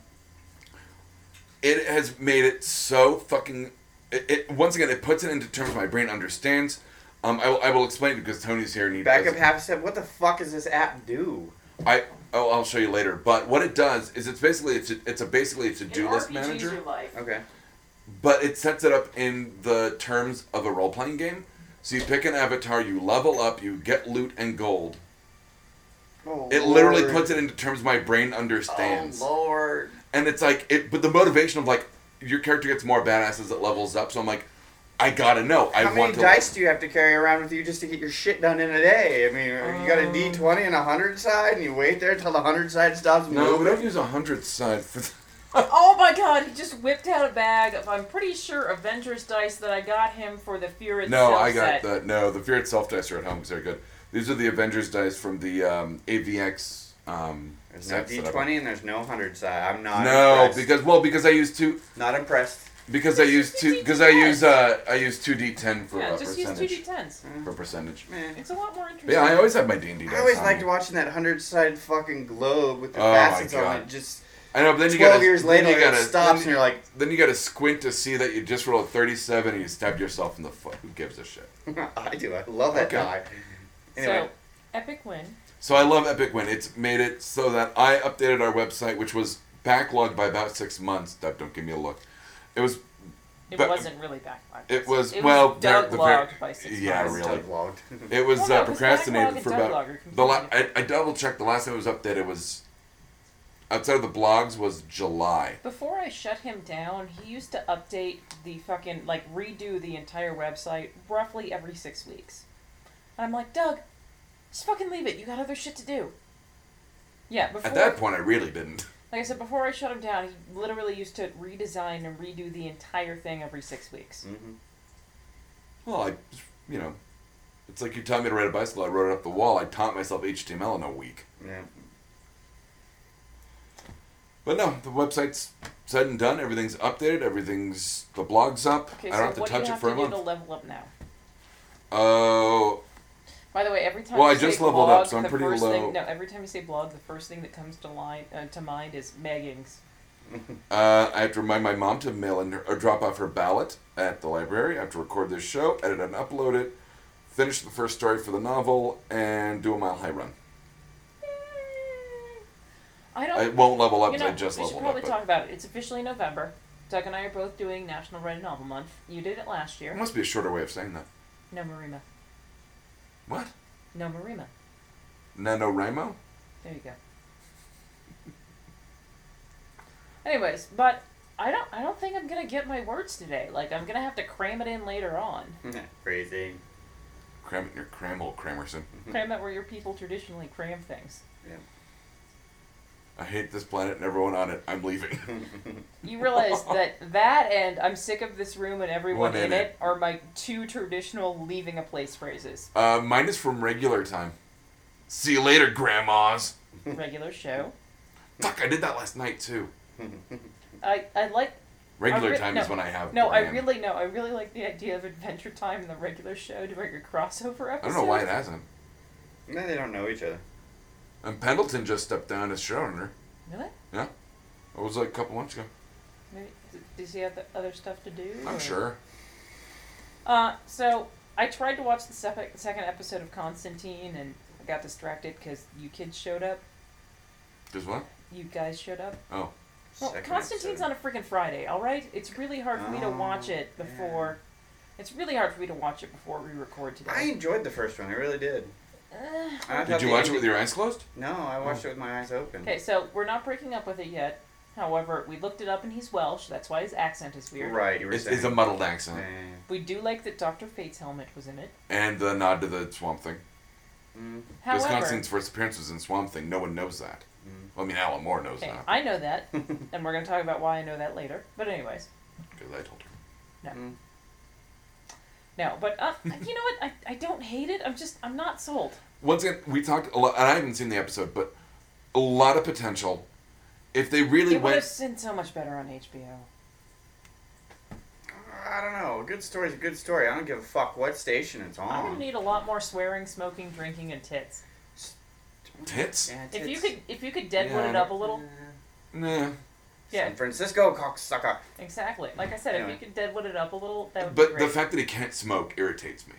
A: it has made it so fucking. It, it once again it puts it into terms my brain understands. Um, I will, I will explain it because Tony's here and he
C: Back
A: does-
C: up half step. What the fuck does this app do?
A: I oh I'll show you later. But what it does is it's basically it's a, it's a basically a to do list manager,
C: Okay.
A: but it sets it up in the terms of a role playing game. So you pick an avatar, you level up, you get loot and gold.
C: Oh,
A: It literally puts it into terms my brain understands,
C: Oh lord.
A: and it's like it. But the motivation of like your character gets more badass as it levels up. So I'm like, I gotta know. I
C: How many
A: want to.
C: dice do you have to carry around with you just to get your shit done in a day? I mean, you got a
B: Um,
C: D twenty and a hundred side, and you wait there till the hundred side stops moving.
A: No, we don't use a hundred side for.
B: [laughs] Oh my god, he just whipped out a bag of, I'm pretty sure, Avengers dice that I got him for the Fear Itself
A: No, I got
B: set.
A: the no. The Fear itself dice are at home because they're good. These are the Avengers dice from the um, AVX. Um,
C: There's no
A: sets
C: D
A: that I-
C: twenty and there's no hundred side. I'm not.
A: No,
C: impressed.
A: because well, because I used two.
C: not impressed.
A: because I
B: Just
A: use
B: use
A: two
B: two
A: because I use
B: D10s.
A: uh I use two D ten for
B: Yeah,
A: uh,
B: just use
A: percentage
B: two d10s.
A: for percentage.
C: Man.
B: It's a lot more
A: But
B: interesting.
A: yeah, I always have my D and D.
C: I always liked watching that hundred sided fucking globe with the
A: Oh my
C: facets on
A: God.
C: it. Just
A: I know, but then you
C: twelve
A: got
C: years later,
A: then you
C: it
A: gotta,
C: stops, and
A: Then,
C: you're like, [laughs]
A: then you got to squint to see that you just rolled a thirty-seven and you stabbed yourself in the foot. Who gives a shit?
C: I do. I love that
A: Okay.
C: guy. Anyway,
B: So, epic win.
A: So I love Epic Win. It's made it so that I updated our website, which was backlogged by about six months. Deb, don't give me a look. It was
B: It
A: But-
B: wasn't really backlogged. by
A: it
B: six-
A: was- well, the-
B: dug
A: the
B: logged
A: very-
B: by six
A: yeah,
B: months.
A: really.
C: Doug [laughs] logged.
A: it was
B: Well, no,
A: uh,
B: 'cause
A: procrastinated
B: backlog
A: for about
B: and devlog are
A: the la-
B: confusing.
A: I, I double checked the last time it was updated was outside of the blogs was July.
B: Before I shut him down, he used to update the fucking like redo the entire website roughly every six weeks. And I'm like, Doug, just fucking leave it. You got other shit to do. Yeah, before
A: At that point, I really didn't.
B: like I said, before I shut him down, he literally used to redesign and redo the entire thing every six weeks.
C: hmm
A: Well, I, you know, it's like you taught me to ride a bicycle. I rode it up the wall. I taught myself HTML in a week.
C: Yeah. [laughs]
A: But no, the website's said and done. Everything's updated. Everything's the blog's up.
B: Okay,
A: Mm. I
B: so
A: don't have to
B: what
A: touch
B: do you
A: it
B: have
A: for
B: to
A: a
B: do to
A: month.
B: level up now?
A: Oh,
B: By the way, every time
A: Well,
B: you
A: I just
B: say
A: leveled
B: blog,
A: up, so I'm
B: the
A: pretty
B: first
A: low.
B: Thing, no, every time you say blog, the first thing that comes to line uh, to mind is meggings.
A: uh, I have to remind my mom to mail in her, or drop off her ballot at the library. I have to record this show, edit and upload it, finish the first story for the novel, and do a mile high run.
B: I don't.
A: I won't level up.
B: you
A: 'cause I
B: know,
A: just
B: we should
A: leveled
B: probably
A: up.
B: talk
A: But
B: about it. It's officially November. Doug and I are both doing National Red Novel Month. You did it last
A: there
B: year.
A: must be a shorter way of saying that.
B: No Marima.
A: What?
B: No Marima.
A: NaNoWriMo?
B: There you go. [laughs] Anyways, but I don't. I don't think I'm gonna get my words today. Like I'm gonna have to cram it in later on.
C: Crazy. [laughs]
A: Cram it in your cramble, Cramerson.
B: Cram it where your people traditionally cram things.
A: I hate this planet and everyone on it. I'm leaving. [laughs]
B: You realize that that and I'm sick of this room and everyone
A: What in
B: in
A: it?
B: it are my two traditional leaving a
A: [laughs]
B: place phrases.
A: Uh, mine is from regular time. See you later, grandmas.
B: Regular show.
A: Fuck, I did that last night too.
B: I, I like
A: Regular
B: I re-
A: time
B: no.
A: is when I have.
B: No, I
A: Brian.
B: really no, I really like the idea of Adventure Time in the regular show doing a crossover episode.
A: I don't know why it hasn't.
C: No, they don't know each other.
A: And Pendleton just stepped down as showrunner.
B: Really?
A: It was like a couple months ago.
B: Maybe d- does he have the other stuff to do?
A: I'm
B: or-
A: sure.
B: Uh, so I tried to watch the sep- second episode of Constantine and I got distracted because you kids showed up.
A: Just what?
B: You guys showed up.
A: Oh,
B: Well,
C: Second
B: Constantine's on
C: episode.
B: a freaking Friday, all right? It's really hard for me to watch
C: Oh,
B: it
C: yeah.
B: before. It's really hard for me to watch it before we record today.
C: I enjoyed the first one. I really did.
B: Ugh.
C: I thought
A: did you
C: the
A: watch it with
C: ending-
A: your eyes closed?
C: No, I watched it with my eyes open.
B: okay, so we're not breaking up with it yet. However, we looked it up and he's Welsh. That's why his accent is weird.
C: Right. You were
A: It's,
C: saying.
A: it's a muddled accent
C: Man.
B: We do like that Dr. Fate's helmet was in it.
A: and the nod to the Swamp Thing.
C: Mm,
A: Because
B: However,
A: Constantine's first appearance was in Swamp Thing. No one knows that.
C: Mm.
A: Well, I mean, Alan Moore knows
B: okay,
A: that
B: I know that,
C: mm.
B: and we're going to talk about why I know that later. But, anyways,
A: because I told her.
B: no. But, uh, you know what? I, I don't hate it. I'm just, I'm not sold.
A: Once again, we talked a lot, and I haven't seen the episode, but a lot of potential. If they really
B: It would
A: went,
B: have been so much better on HBO.
C: [laughs] I don't know. A good story's a good story. I don't give a fuck what station it's on.
B: I'm going to need a lot more swearing, smoking, drinking, and tits.
A: tits?
C: Yeah,
B: If you
C: tits.
B: could, if you could deadwood
A: Yeah.
B: it up a little,
C: Yeah.
A: Nah.
B: yeah,
C: San Francisco cocksucker.
B: exactly. Like I said,
C: Anyway.
B: if you could deadwood it up a little, that would be
A: But
B: great.
A: the fact that he can't smoke irritates me.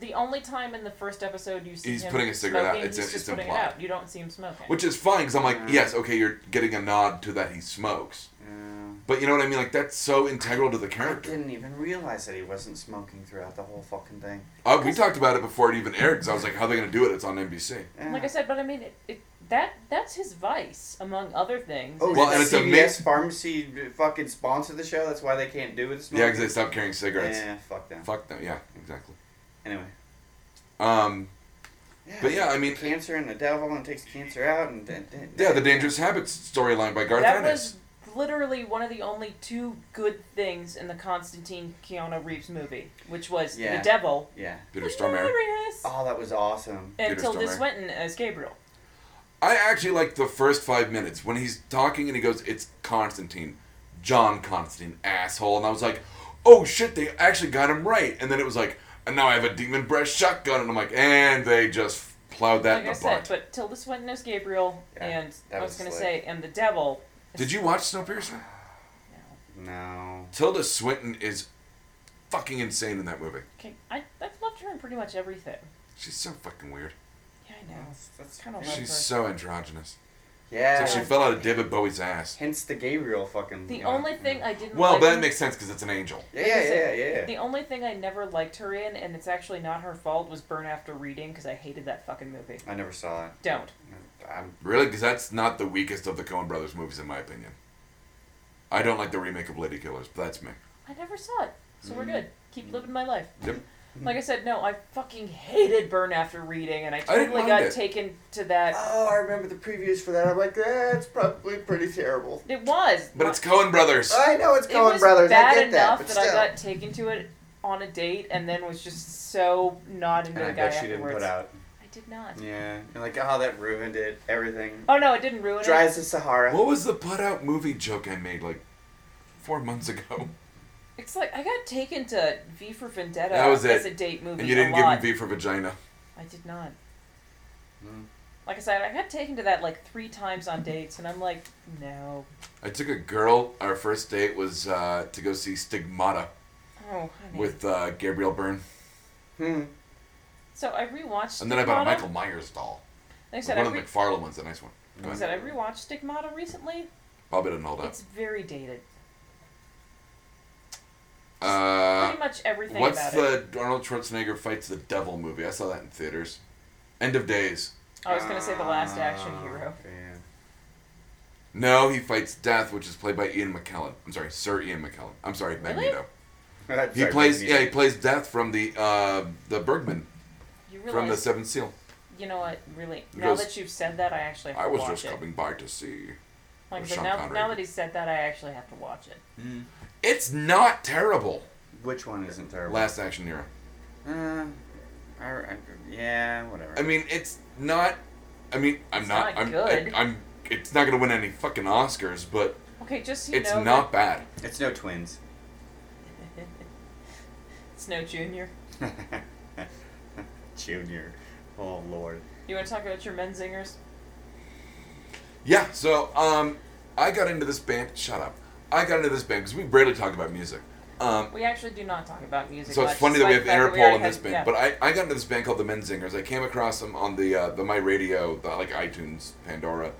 B: the only time in the first episode you see
A: He's
B: him
A: putting a cigarette out.
B: smoking,
A: It's-
B: he's
A: it's
B: just putting
A: implied.
B: it out. You don't see him smoking.
A: Which is fine, because I'm like,
C: Yeah.
A: yes, okay, you're getting a nod to that he smokes.
C: Yeah.
A: But you know what I mean? Like, that's so integral to the
C: I
A: character.
C: didn't even realize that he wasn't smoking throughout the whole fucking thing.
A: Uh, we talked about it before it even aired, because I was like, how are they going to do it? It's on NBC.
C: Yeah. Oh,
B: like I said, but I mean, it, it, that that's his vice among other things.
C: oh,
A: Well,
C: well,
A: and
C: and
A: it's a
C: CVS
A: mi-
C: pharmacy fucking sponsored the show. That's why they can't do it. Smoking.
A: Yeah, because they stopped carrying cigarettes.
C: Yeah, fuck them.
A: Fuck them. Yeah, exactly.
C: Anyway.
A: Um, But yeah, I mean-
C: cancer and the devil and takes cancer out and then- then-
A: yeah, the Dangerous Habits storyline by Garth
B: that
A: Ennis.
B: was literally one of the only two good things in the Constantine Keanu Reeves movie, which was
C: Yeah.
B: the devil.
C: Yeah.
A: Peter Stormare.
B: Hilarious.
C: Oh, that was awesome.
B: And
A: Peter
B: Tilda
A: Stormare.
B: Swinton as Gabriel.
A: I actually like the first five minutes when he's talking and he goes, "It's Constantine." John Constantine, asshole. And I was like, oh shit, they actually got him right. And then it was like, and now I have a demon breast shotgun. And I'm like, and they just plowed that
B: like
A: in
B: I
A: the
B: said,
A: butt.
B: but Tilda Swinton is Gabriel,
C: Yeah,
B: and
C: that
B: I was,
C: was
B: gonna
C: slick.
B: say, and the devil. is-
A: Did you watch Snowpiercer?
C: No.
A: Tilda Swinton is fucking insane in that movie.
B: Okay, I I've loved her in pretty much everything.
A: She's so fucking weird.
B: Yeah, I know.
C: That's, that's
B: Kinda
C: yeah.
B: love
A: She's
B: her.
A: so androgynous.
C: Yeah.
A: It's like she fell out of David Bowie's ass.
C: Hence the Gabriel fucking.
B: The
C: uh,
B: only thing I didn't.
A: Well,
B: like
A: that makes sense because it's an angel.
C: Yeah, yeah, yeah, yeah.
B: The only thing I never liked her in, and it's actually not her fault, was Burn After Reading because I hated that fucking movie.
C: I never saw it.
B: Don't.
C: I'm,
A: Really? Because that's not the weakest of the Coen Brothers movies, in my opinion. I don't like the remake of Lady Killers, but that's me.
B: I never saw it, so we're
A: Mm-hmm.
C: Mm.
B: good. Keep living my life.
A: Yep.
B: Like I said, no, I fucking hated Burn After Reading, and I
A: didn't
B: totally
A: mind
B: got
A: it.
B: taken to that.
C: oh, I remember the previews for that. I'm like, that's probably pretty terrible.
B: It was.
A: But it's Coen Brothers.
C: I know it's
B: it
C: Coen
B: was
C: Brothers.
B: bad
C: I get
B: enough
C: that, but
B: that,
C: still.
B: I got taken to it on a date, and then was just so not into
C: and
B: the
C: I
B: guy
C: bet you didn't
B: afterwards.
C: put out.
B: I did not.
C: Yeah. You're like, oh, that ruined it. Everything.
B: Oh no, it didn't ruin
C: Dry
B: it.
C: as the Sahara.
A: What was the put out movie joke I made like four months
B: [laughs]
A: ago?
B: It's like I got taken to V for Vendetta
A: That was it.
B: as a date movie.
A: And you
B: a
A: didn't give me
B: lot.
A: V for vagina.
B: I did not.
C: Mm.
B: Like I said, I got taken to that like three times on dates, and I'm like, no.
A: I took a girl. Our first date was uh, to go see Stigmata
B: Oh, honey.
A: with uh, Gabriel Byrne,
C: Hmm.
B: so I rewatched.
A: and then I bought a
B: Stigmata.
A: Michael Myers doll.
B: Like I
A: Like,
B: said,
A: one
B: I,
A: of the
B: re-
A: McFarlane ones, a nice one. Go
B: like I
A: ahead.
B: said, I rewatched Stigmata recently.
A: Bobby didn't hold up.
B: It's very dated.
A: Uh,
B: Pretty much everything
A: what's
B: about it.
A: the Arnold Schwarzenegger fights the devil movie? I saw that in theaters. End of Days.
B: I was gonna say the Last Action
A: uh,
C: Ah,
B: Hero.
C: yeah.
A: No, he fights Death, which is played by Ian McKellen. I'm sorry, Sir Ian McKellen. I'm sorry,
B: Really?
A: Magneto.
C: That's
A: He
C: right,
A: plays,
C: Magneto.
A: yeah, he plays Death from the uh, the Bergman
B: You
A: from the
B: realize?
A: Seventh Seal.
B: you know what? Really,
A: He
B: now
A: goes,
B: that you've said that, I actually have
A: I
B: to
A: was
B: watch
A: just
B: it.
A: coming by to see.
B: Like I
A: with
B: said,
A: Sean
B: now,
A: Connery.
B: now that he's said that, I actually have to watch it.
C: Mm.
A: It's not terrible.
C: Which one isn't terrible?
A: Last Action Hero.
C: Uh, I, I, yeah, whatever.
A: I mean, it's not. I mean, I'm
B: It's
A: not.
B: not
A: I'm,
B: good.
A: I, am It's not gonna win any fucking Oscars, but
B: Okay, just so you
A: it's
B: know.
A: not bad.
C: it's no twins. [laughs]
B: that- Snow Junior.
C: Junior. Oh, Lord.
B: You want to talk about your Menzingers?
A: Yeah. So, um, I got into this band. Shut up. I got into this band because we barely talk about music. Um,
B: We actually do not talk about music.
A: So it's
B: much,
A: funny that we have
B: despite the fact
A: Interpol
B: we
A: in this band,
B: already had-
A: but I, I got into this band called the Menzingers. I came across them on the uh, the My Radio, the, like iTunes, Pandora,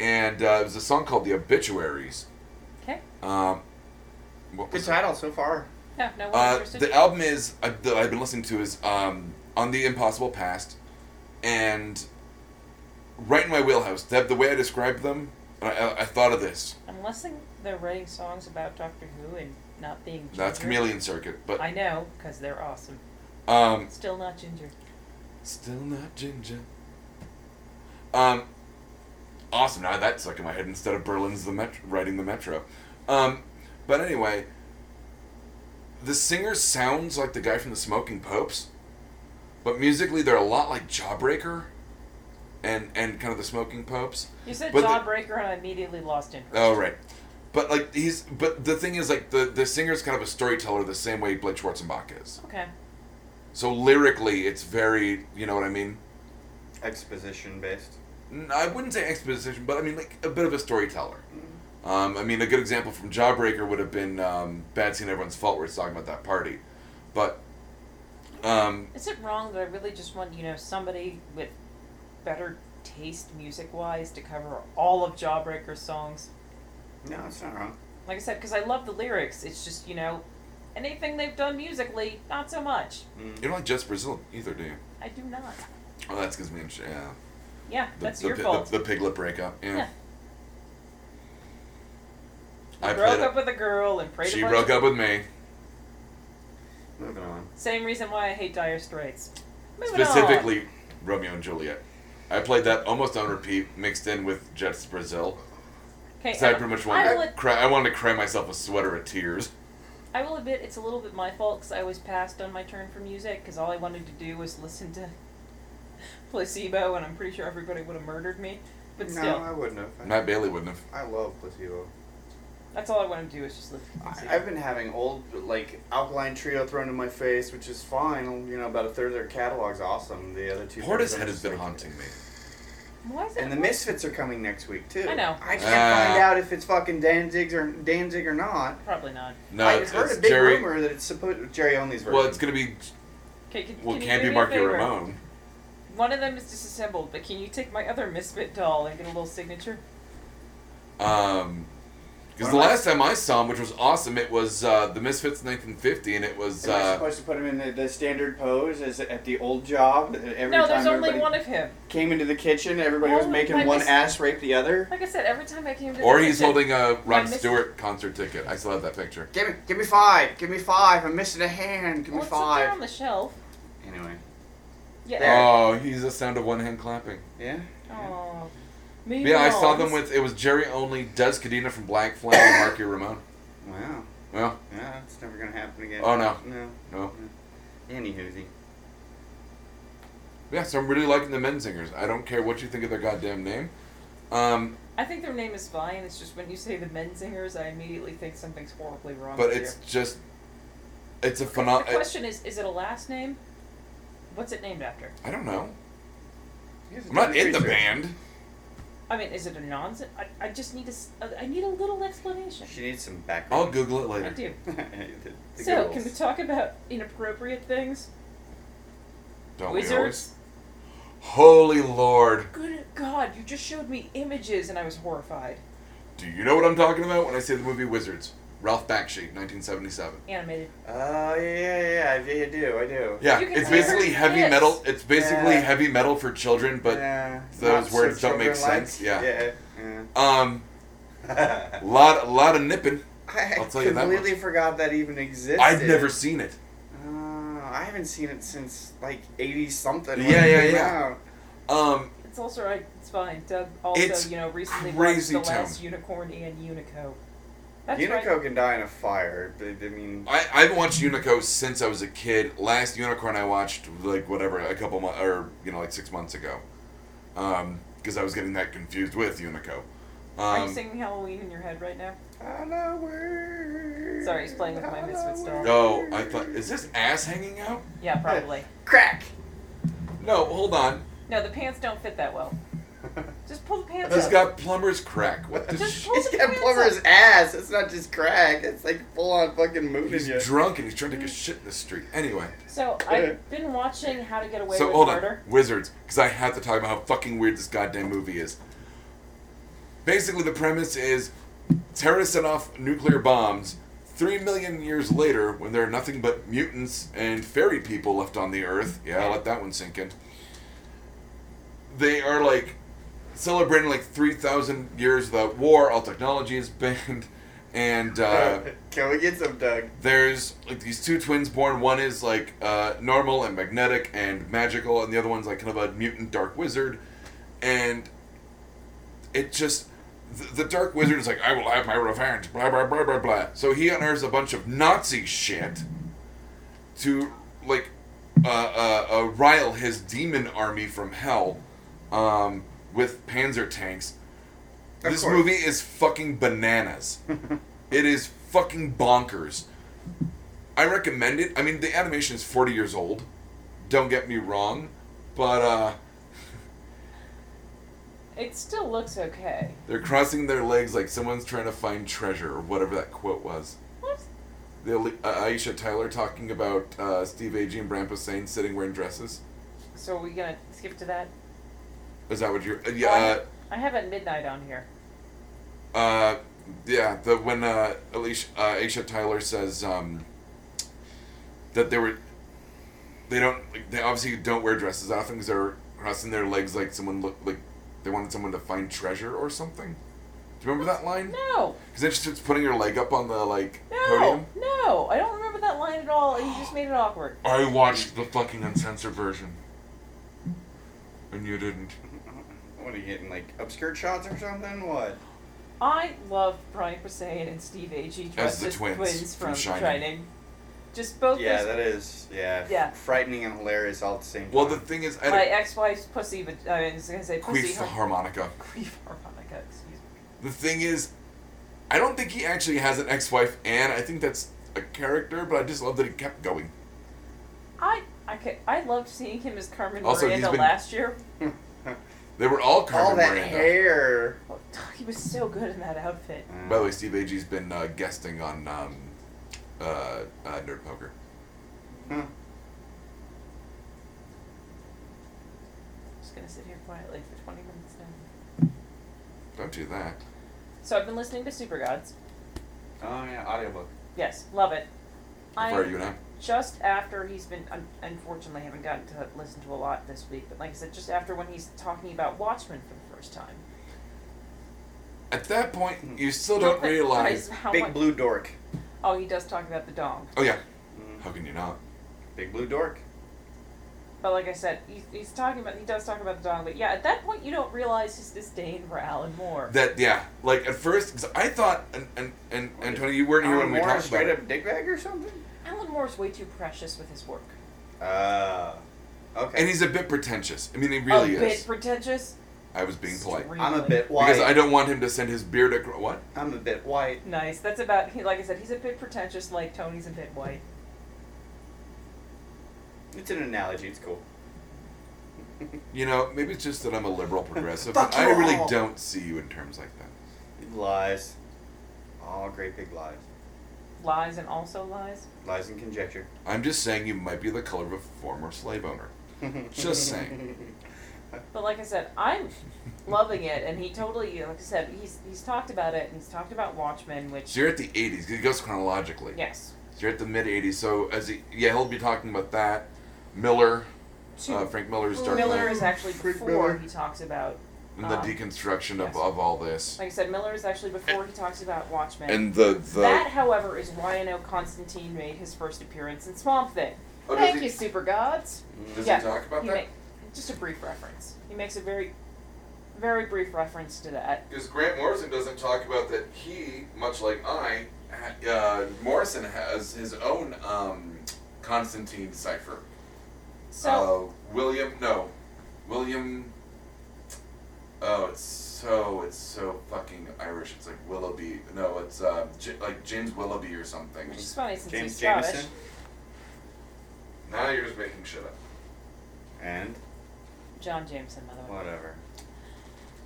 A: and uh, it was a song called "The Obituaries."
B: yeah. okay.
A: Um, what
C: Good
A: was
C: title so far.
B: No, no
A: it?
B: one
A: Uh,
B: interested.
A: the album is uh, that I've been listening to is um, "On the Impossible Past," and right in my wheelhouse. The, the way I described them, I, I, I thought of this.
B: Unless they- they're writing songs about Doctor Who and not being. Ginger.
A: That's Chameleon Circuit, but
B: I know, because they're awesome.
A: um,
B: Still not ginger.
A: Still not ginger. Um, awesome. Now that's stuck in my head instead of Berlin's the metro, riding the metro. Um, but anyway, the singer sounds like the guy from the Smoking Popes, but musically they're a lot like Jawbreaker, and and kind of the Smoking Popes.
B: You said
A: But the-
B: Jawbreaker, and I immediately lost interest.
A: Oh right. But like he's but the thing is like the the singer's kind of a storyteller the same way Blake Schwarzenbach is.
B: Okay.
A: So lyrically, it's very you know what I mean.
C: Exposition based.
A: N- I wouldn't say exposition, but I mean like a bit of a storyteller.
C: Mm.
A: Um, I mean, a good example from Jawbreaker would have been um, Bad Scene Everyone's Fault, where it's talking about that party. But um,
B: Is it wrong that I really just want you know somebody with better taste music wise to cover all of Jawbreaker's songs?
C: No, it's not wrong.
B: Like I said, because I love the lyrics. It's just you know anything they've done musically, not so much.
C: Mm,
A: you don't like Jess Brazil either, do you?
B: I do not.
A: Oh, that's because me and she, yeah.
B: Yeah,
A: The,
B: that's
A: the,
B: your
A: pi-
B: fault.
A: The, the piglet breakup. Yeah.
B: Yeah.
A: I
B: You broke
A: played it.
B: up with a girl and prayed. a
A: She
B: bunch
A: broke up with me.
C: Moving on.
B: Same reason why I hate Dire Straits. Moving on.
A: specifically Romeo and Juliet. I played that almost on repeat, mixed in with Jess Brazil.
B: Okay,
A: 'Cause I
B: and
A: pretty much
B: I
A: wanted
B: will,
A: to cry. I wanted to cry myself a sweater of tears.
B: I will admit it's a little bit my fault because I always passed on my turn for music because all I wanted to do was listen to [laughs] Placebo, and I'm pretty sure everybody would have murdered me. But
C: no,
B: still,
C: I wouldn't have.
A: Matt Bailey wouldn't have.
C: I love placebo.
B: That's all I want to do is just live.
C: I, I've been having old like Alkaline Trio thrown in my face, which is fine. You know, about a third of their catalog's awesome. The other two. thirds
A: Portishead
C: I'm
A: has
C: just
A: been
C: like-
A: haunting me.
B: Why is it?
C: And the Misfits are coming next week too.
B: I know.
C: I can't
A: Ah.
C: find out if it's fucking Danzig or Danzig or not.
B: Probably not.
A: No,
C: I
A: it's,
C: heard
A: it's
C: a big
A: Jerry.
C: rumor that it's supposed Jerry only's version.
A: Well, it's gonna be
B: Okay, can,
A: well,
B: can
A: can't be
B: you do me a
A: Marky
B: favor?
A: Ramone.
B: One of them is disassembled, but can you take my other misfit doll and get a little signature?
A: Um,
C: What
A: because the
C: am I-
A: last time I saw him, which was awesome, it was uh, the Misfits 1950, and it was
C: Am I
A: uh,
C: supposed to put him in the, the standard pose as at the old job? that Every
B: no,
C: time
B: there's only
C: everybody
B: one of him.
C: came into the kitchen, everybody was
B: Oh,
C: making
B: my
C: one
B: mis-
C: ass rape the other.
B: Like I said, every time I came to.
A: or
B: the
A: he's
B: kitchen-
A: holding a Ron
B: miss-
A: Stewart concert ticket. I still have that picture.
C: Give me, give me five. Give me five. I'm missing a hand. Give
B: Well,
C: me
B: it's up there on
C: five.
B: the shelf.
C: Anyway,
B: Yeah.
C: There.
A: Oh, he's the sound of one hand clapping.
C: yeah.
B: Oh.
A: Yeah, I saw them with it was Jerry only, Des Cadena from Black Flag, and Marky Ramone.
C: Wow.
A: Well,
C: Yeah, it's never gonna happen again.
A: Oh, no.
C: No.
A: no,
C: Anywho,
A: yeah. So I'm really liking the Men Singers. I don't care what you think of their goddamn name. Um,
B: I think their name is fine. It's just when you say the men singers, I immediately think something's horribly wrong.
A: but
B: with
A: it's just, it's a
B: you. the
A: phenomenon.
B: question is: Is it a last name? What's it named after?
A: I don't know. I'm not in the band.
B: I mean, is it a non? I, I just need a s- a- I need a little explanation.
C: She needs some
A: I'll
C: background.
A: Google it
B: I
A: later.
B: do.
C: the, the
B: So,
C: Googles.
B: can we talk about inappropriate things?
A: Don't we always?
B: Wizards.
A: Holy Lord.
B: Good God! You just showed me images, and I was horrified.
A: Do you know what I'm talking about when I say the movie Wizards? Ralph Bakshi, 1977.
B: Animated.
C: Oh yeah, yeah, yeah, yeah. I do, I do.
A: Yeah,
B: You can
A: it's
C: see her
A: basically heavy
B: tits.
A: metal. It's basically
C: Yeah.
A: heavy metal for children, but
C: Yeah.
A: those
C: Not
A: words
C: so
A: don't make
C: children-like.
A: sense, yeah.
C: Yeah.
A: um,
C: yeah.
A: lot lot of nipping.
C: I
A: [laughs] I'll tell you that
C: completely forgot that even existed.
A: I'd never seen it.
C: Uh, I haven't seen it since like eighty something.
A: Yeah, yeah, yeah. Um,
B: It's also right. It's fine. Doug also,
A: It's
B: you know, recently
A: crazy
B: watched the
A: town.
B: last unicorn and Unico. That's
C: Unico
B: right.
C: can die in a fire. But, I mean,
A: I, I haven't watched Unico since I was a kid. Last Unicorn I watched like whatever a couple months or you know like six months ago, because I was getting that confused with Unico. Um,
B: Are you singing Halloween in your head right now?
C: Halloween.
B: Sorry, he's playing with my Misfits doll.
A: oh, I thought is this ass hanging out?
B: Yeah, probably.
A: [laughs]
C: crack.
A: No, hold on.
B: No, the pants don't fit that well. Just pull the pants
A: He's
B: up.
A: got plumber's crack. What the
B: Just
A: sh-
B: pull
C: He's
B: the
C: got
B: pants
C: plumber's
B: up.
C: ass. It's not just crack. It's like full on fucking moon in
A: He's
C: you.
A: drunk and he's trying to take a shit in the street. Anyway,
B: So I've been watching How to Get Away
A: so
B: with
A: hold
B: Murder.
A: on, wizards, because I have to talk about how fucking weird this goddamn movie is. Basically, the premise is terrorists set off nuclear bombs. Three million years later, when there are nothing but mutants and fairy people left on the Earth, yeah, let that one sink in. They are like celebrating like three thousand years without war. All technology is banned, and. Uh,
C: Can we get some Doug?
A: there's like these two twins born. One is like uh, normal and magnetic and magical, and the other one's like kind of a mutant dark wizard. And it just the, the dark wizard is like, I will have my revenge. Blah blah blah blah blah. So he unearths a bunch of Nazi shit to like uh, uh, uh, rile his demon army from hell um, with Panzer tanks.
C: Of
A: this
C: course.
A: movie is fucking
C: [laughs]
A: bananas. It is fucking bonkers. I recommend it. I mean, the animation is 40 years old. Don't get me wrong, but uh,
B: It still looks okay.
A: they're crossing their legs like someone's trying to find treasure or whatever that quote was.
B: What?
A: The Ali- uh, Aisha Tyler talking about uh, Steve Agee and Bram Hussein sitting wearing dresses.
B: So are we gonna skip to that? Um,
A: Is that what you're? Uh, yeah,
B: I have at midnight on here.
A: uh, uh, yeah. The when uh, Alicia, uh, Aisha Tyler says um, that they were, they don't. Like, they obviously don't wear dresses often because they're crossing their legs like someone look like they wanted someone to find treasure or something. Do you remember that line?
B: No,
A: Because then she starts putting her leg up on the like
B: no,
A: podium.
B: no! I don't remember that line at all, and you just made it awkward.
A: I watched the fucking uncensored version, and you didn't.
C: What are you getting like upskirt shots or something? What?
B: I love Brian Posehn and Steve Agee
A: As
B: dressed
A: the
B: as
A: twins
B: from,
A: from Shining.
B: Just both.
C: Yeah,
B: those-
C: that is yeah.
B: Yeah.
C: Frightening and hilarious all at the same time.
A: Well, the thing is, I
B: my
A: don't
B: ex-wife's pussy. But [laughs] I was gonna say pussy.
A: queefs the harmonica.
B: Queef harmonica. Excuse me.
A: The thing is, I don't think he actually has an ex-wife, and I think that's a character. But I just love that he kept going.
B: I I, ca I loved seeing him as Carmen
A: Also, he's
B: Miranda
A: been-
B: last year. [laughs]
C: [laughs]
A: They were all Carmen
C: All that
A: Miranda.
C: hair.
B: Oh, he was so good in that outfit.
A: By the way, Steve Agee's been uh, guesting on um, uh, uh, Nerd Poker.
C: Huh.
B: just gonna sit here quietly for 20 minutes now.
A: Don't do that.
B: So I've been listening to Super Gods.
C: Oh yeah, audiobook.
B: Yes, love it.
A: How
B: I'm
A: far are you and I?
B: just after he's been un- unfortunately I haven't gotten to listen to a lot this week, but like I said, just after when he's talking about Watchmen for the first time.
A: At that point, you still
B: [laughs] How
A: don't
B: much-
A: realize.
B: how
C: Big
B: much-
C: blue dork.
B: Oh, he does talk about the dong.
A: Oh yeah,
C: Mm.
A: how can you not?
C: Big blue dork.
B: But like I said, he's, he's talking about he does talk about the dong. But yeah, at that point you don't realize his disdain for Alan Moore.
A: That yeah, like at first, 'cause I thought, and and and, and Tony, you weren't here
C: Alan
A: when we
C: Moore,
A: talked about
C: straight
A: it.
C: up dick bag or something.
B: Alan Moore's way too precious with his work.
C: Uh, okay.
A: And he's a bit pretentious. I mean, he really
B: a Oh, bit
A: is.
B: pretentious.
A: I was being polite
C: I'm a
B: extremely.
C: bit white.
A: because I don't want him to send his beard across. What?
C: I'm a bit white.
B: Nice. That's about he. Like I said, he's a bit pretentious. Like Tony's a bit white.
C: It's an analogy. It's cool.
A: You know, maybe it's just that I'm a liberal progressive.
C: Fuck
A: but I
C: you
A: really
C: all.
A: don't see you in terms like that.
C: Lies. All great big lies.
B: Lies and also lies.
C: Lies and conjecture.
A: I'm just saying you might be the color of a former slave owner. Mm-hmm. Just saying.
B: But like I said,
A: [laughs]
B: I'm loving it, and he totally, like I said, he's he's talked about it, and he's talked about Watchmen, which
A: So you're at the 80s. 'cause It goes chronologically.
B: yes,
A: So you're at the mid 80s. So as he, yeah, he'll be talking about that. Miller,
B: Two-
A: uh, Frank Miller's Dark
B: Miller
A: Knight,
B: is actually
C: Frank
B: before
C: Miller.
B: he talks about.
A: and the
B: um,
A: deconstruction of,
B: yes.
A: of all this,
B: Like I said, Miller is actually before he talks about Watchmen.
A: and the the.
B: that, however, is why I know Constantine made his first appearance in Swamp Thing.
A: Oh, does
B: Thank
A: he-
B: you, super gods.
A: Does
B: yeah,
A: he talk about
B: he
A: that?
B: make- just a brief reference. He makes a very, very brief reference to that.
A: Because Grant Morrison doesn't talk about that he, much like I, ha- uh, Morrison has his own um, Constantine cipher.
B: So
A: uh, William, no, William. Oh, it's so it's so fucking Irish. It's like Willoughby. No, it's uh, J- like James Willoughby or something.
B: which is funny since
C: James
B: he's Scottish.
C: Jameson.
A: Now you're just making shit up.
C: And
B: John Jameson, by the way.
C: whatever.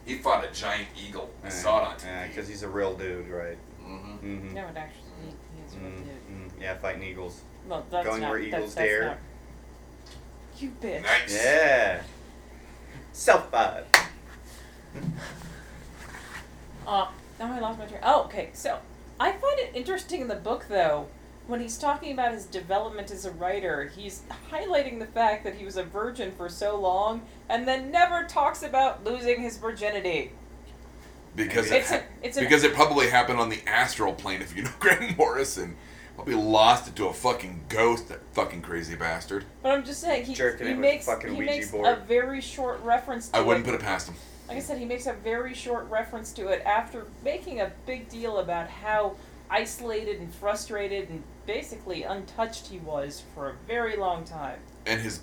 A: He fought a giant eagle. I saw it on TV.
C: because he's a real dude, right?
A: hmm
C: Mm-hmm.
B: No, it actually he, he is really good.
C: Yeah, fighting eagles.
B: Well, that's
C: Hmm. Going
B: not,
C: where
B: that's,
C: eagles
B: that's
C: dare.
B: Not, you bitch.
A: Nice.
C: Yeah. Self vibe.
B: Uh, now I lost my train. Oh, okay. So I find it interesting in the book though. When he's talking about his development as a writer, he's highlighting the fact that he was a virgin for so long and then never talks about losing his virginity.
A: Because it
B: It's
A: ha-
B: a, it's an
A: because it probably happened on the astral plane. If you know [laughs] Grant Morrison, probably lost it to a fucking ghost. That fucking crazy bastard.
B: But I'm just saying he,
C: Jerking
B: he
C: it with
B: makes
C: the fucking
B: he
C: Ouija
B: makes
C: board.
B: a very short reference. To
A: I wouldn't
B: it.
A: put it past him.
B: Like I said, he makes a very short reference to it after making a big deal about how isolated and frustrated and basically untouched he was for a very long time.
A: And his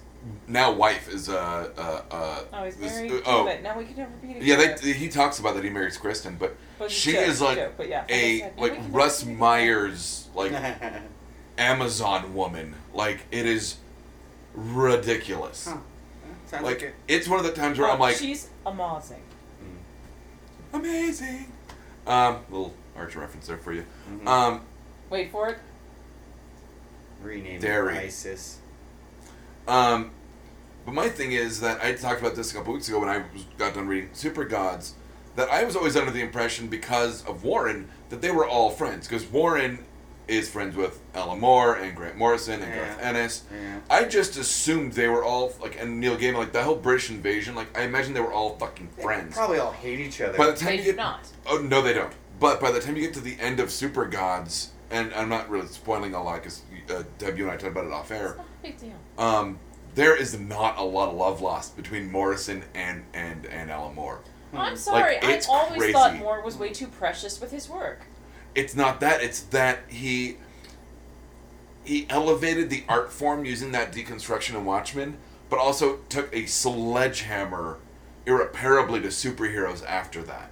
A: now wife is uh uh uh.
B: Oh, he's
A: this-
B: married
A: uh,
B: to
A: oh.
B: it. Now we can never be together.
A: Yeah, that, he talks about that he marries Kristen, but
B: But it's
A: she
B: a joke,
A: is
B: it's a
A: like
B: joke, but yeah, like I
A: a
B: said, now
A: like
B: we can never
A: Russ
B: be together.
A: Myers like
C: [laughs] Huh.
A: Amazon woman. Like it is ridiculous.
C: Sounds like,
A: Like it's one of the times where
B: Oh,
A: I'm like
B: she's amazing.
A: amazing. Um, little Archer reference there for you.
C: Mhm.
A: Um,
B: Wait for it.
C: renaming
A: dairy.
C: ISIS.
A: Um, but my thing is that I talked about this a couple weeks ago when I was, got done reading Super Gods, that I was always under the impression because of Warren that they were all friends because Warren is friends with Alan Moore and Grant Morrison and Garth
C: Yeah.
A: Ennis.
C: Yeah.
A: I just assumed they were all like and Neil Gaiman like the whole British invasion like I imagine they were all fucking
C: They
A: friends.
C: Probably all hate each other.
A: By the time
B: They
A: you
B: do
A: get
B: not.
A: Oh no, they don't. But by the time you get to the end of Super Gods, and I'm not really spoiling a lot because uh, Deb, you and I talked about it off air
B: It's not a big deal.
A: um, there is not a lot of love lost between Morrison and and and Alan Moore.
B: I'm sorry. I
A: it's
B: always
A: crazy.
B: thought Moore was way too precious with his work.
A: It's not that; it's that he he elevated the art form using that deconstruction in Watchmen, but also took a sledgehammer irreparably to superheroes after that.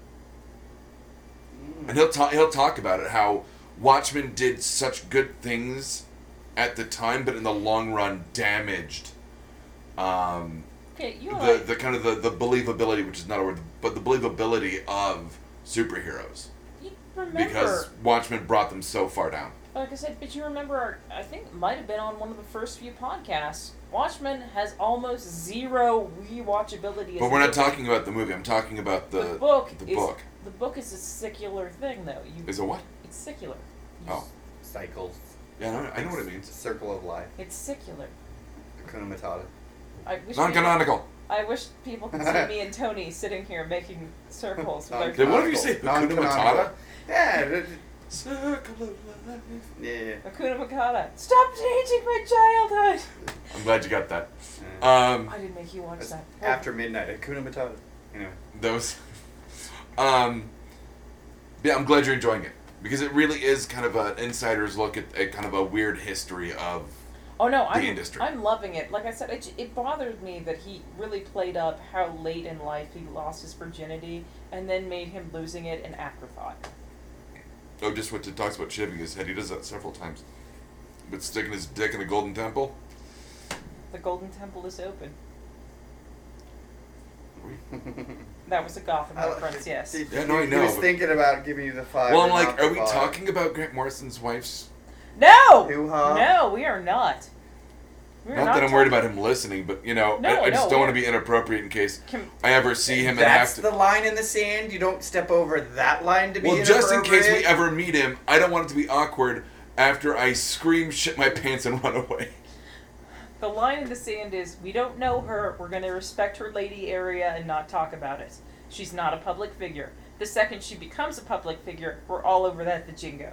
C: Mm.
A: and he'll talk he'll talk about it how Watchmen did such good things at the time, but in the long run damaged um,
B: Okay, you and I-
A: the the kind of the, the believability, which is not a word, but the believability of superheroes
B: you remember,
A: because Watchmen brought them so far down.
B: like I said, but you remember, our, I think it might have been on one of the first few podcasts. Watchmen has almost zero rewatchability. as
A: But
B: a
A: we're not
B: book.
A: talking about the movie. I'm talking about the
B: the book.
A: the
B: is,
A: book.
B: The book is a secular thing, though. You,
A: Is a what?
B: it's secular. You
A: Oh.
B: s-
C: Cycles.
A: Yeah, I know, I know what it means.
C: Circle of life.
B: It's secular.
C: Hakuna Matata.
B: I wish
A: Non
B: people-
A: canonical.
B: I wish people could see me and Tony sitting here making
C: [laughs]
B: circles with
A: Did
B: our
A: one of you say Hakuna
C: Non-canonical.
A: Matata?
C: Yeah. that-
A: Circle of life.
C: Yeah.
B: Hakuna Matata. Stop changing my childhood.
A: I'm glad you got that.
C: yeah.
A: Um,
B: Mm. I didn't make you watch
C: That's
B: that.
C: after midnight. Hakuna Matata. Anyway.
A: those. [laughs] Um, yeah, I'm glad you're enjoying it because it really is kind of an insider's look at, at kind of a weird history of.
B: Oh no, I'm
A: industry.
B: I'm loving it. Like I said, it, j- it bothered me that he really played up how late in life he lost his virginity and then made him losing it an afterthought.
A: Oh, just what it talks about shaving his head. He does that several times. But sticking his dick in a golden temple.
B: The Golden Temple is open.
A: [laughs]
B: That was a Gotham
C: I-
B: reference, yes.
C: he-
A: Yeah, no, I
C: he
A: know,
C: was
A: but-
C: thinking about giving you the five.
A: Well, I'm
C: and
A: like,
C: not
A: are
C: the
A: we
C: five.
A: talking about Grant Morrison's wife's?
B: No,
C: Hoo-ha.
B: no, we are not. We are
A: Not that I'm worried
B: talking-
A: about him listening, but you know,
B: No,
A: I, I just
B: no,
A: don't want to
B: we're-
A: be inappropriate in case
B: Can-
A: I ever see him and have
C: That's
A: to.
C: the line in the sand. You don't step over that line to be
A: Well, just in case we
C: inappropriate.
A: ever meet him, I don't want it to be awkward after I scream, shit my pants, and [laughs] run away.
B: The line in the sand is we don't know her, we're going to respect her lady area and not talk about it. She's not a public figure. The second she becomes a public figure, we're all over that the jingo.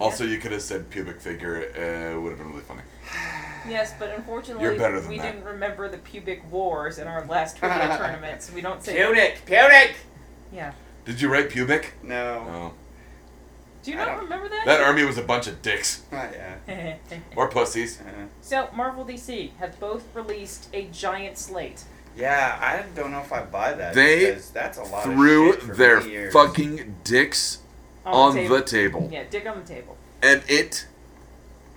A: Also, you could have said pubic figure. Uh, it would have been really funny.
B: Yes, but unfortunately,
A: You're better than
B: we
A: that.
B: didn't remember the pubic wars in our
C: [laughs]
B: last trivia tournament, so we don't say.
C: Punic, Punic.
B: Yeah.
A: Did you write pubic?
B: Oh.
C: No.
A: No.
B: Do you
C: I
B: not
C: don't-
B: remember
A: That
B: [laughs] that?
A: army was a bunch of dicks
C: Not yet.
A: or pussies.
C: Uh,
B: so, Marvel DC have both released a giant slate.
C: yeah, I don't know if I buy that.
A: They
C: because that's a lot
A: Threw
C: of shit for
A: their
C: many years.
A: fucking dicks on
B: table.
A: the table,
B: Yeah, dig on the table.
A: and it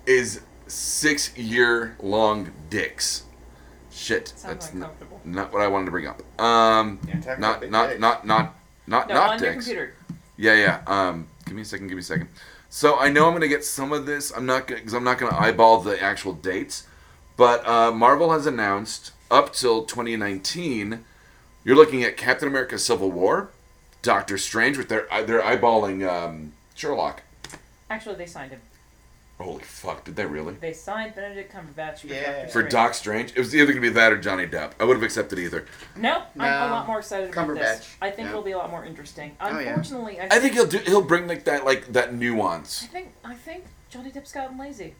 A: is six year long dicks. Shit,
B: Sounds
A: that's n-
B: uncomfortable.
A: not what I wanted to bring up. Um,
C: Yeah, talk about
A: not
C: big
A: not
C: dicks.
A: not not not
B: No,
A: not
B: on your
A: dicks.
B: computer.
A: Yeah, yeah. Um, give me a second. Give me a second. So I know I'm gonna get some of this. I'm not because I'm not gonna eyeball the actual dates, but uh, Marvel has announced up till 2019, you're looking at Captain America: Civil War, Doctor Strange with their uh, they're eyeballing um, Sherlock.
B: Actually, they signed him.
A: Holy fuck! Did they really?
B: They signed Benedict Cumberbatch for
C: Yeah.
B: Doctor
A: For
B: Strange.
A: Doc Strange, it was either gonna be that or Johnny Depp. I would have accepted either.
B: No, I'm a
C: No.
B: lot more excited about this.
C: Cumberbatch.
B: I think
C: Yeah.
B: it'll be a lot more interesting.
C: Oh, yeah.
B: Unfortunately, I,
A: I think he'll do. He'll bring like that like that nuance.
B: I think I think Johnny Depp's gotten lazy.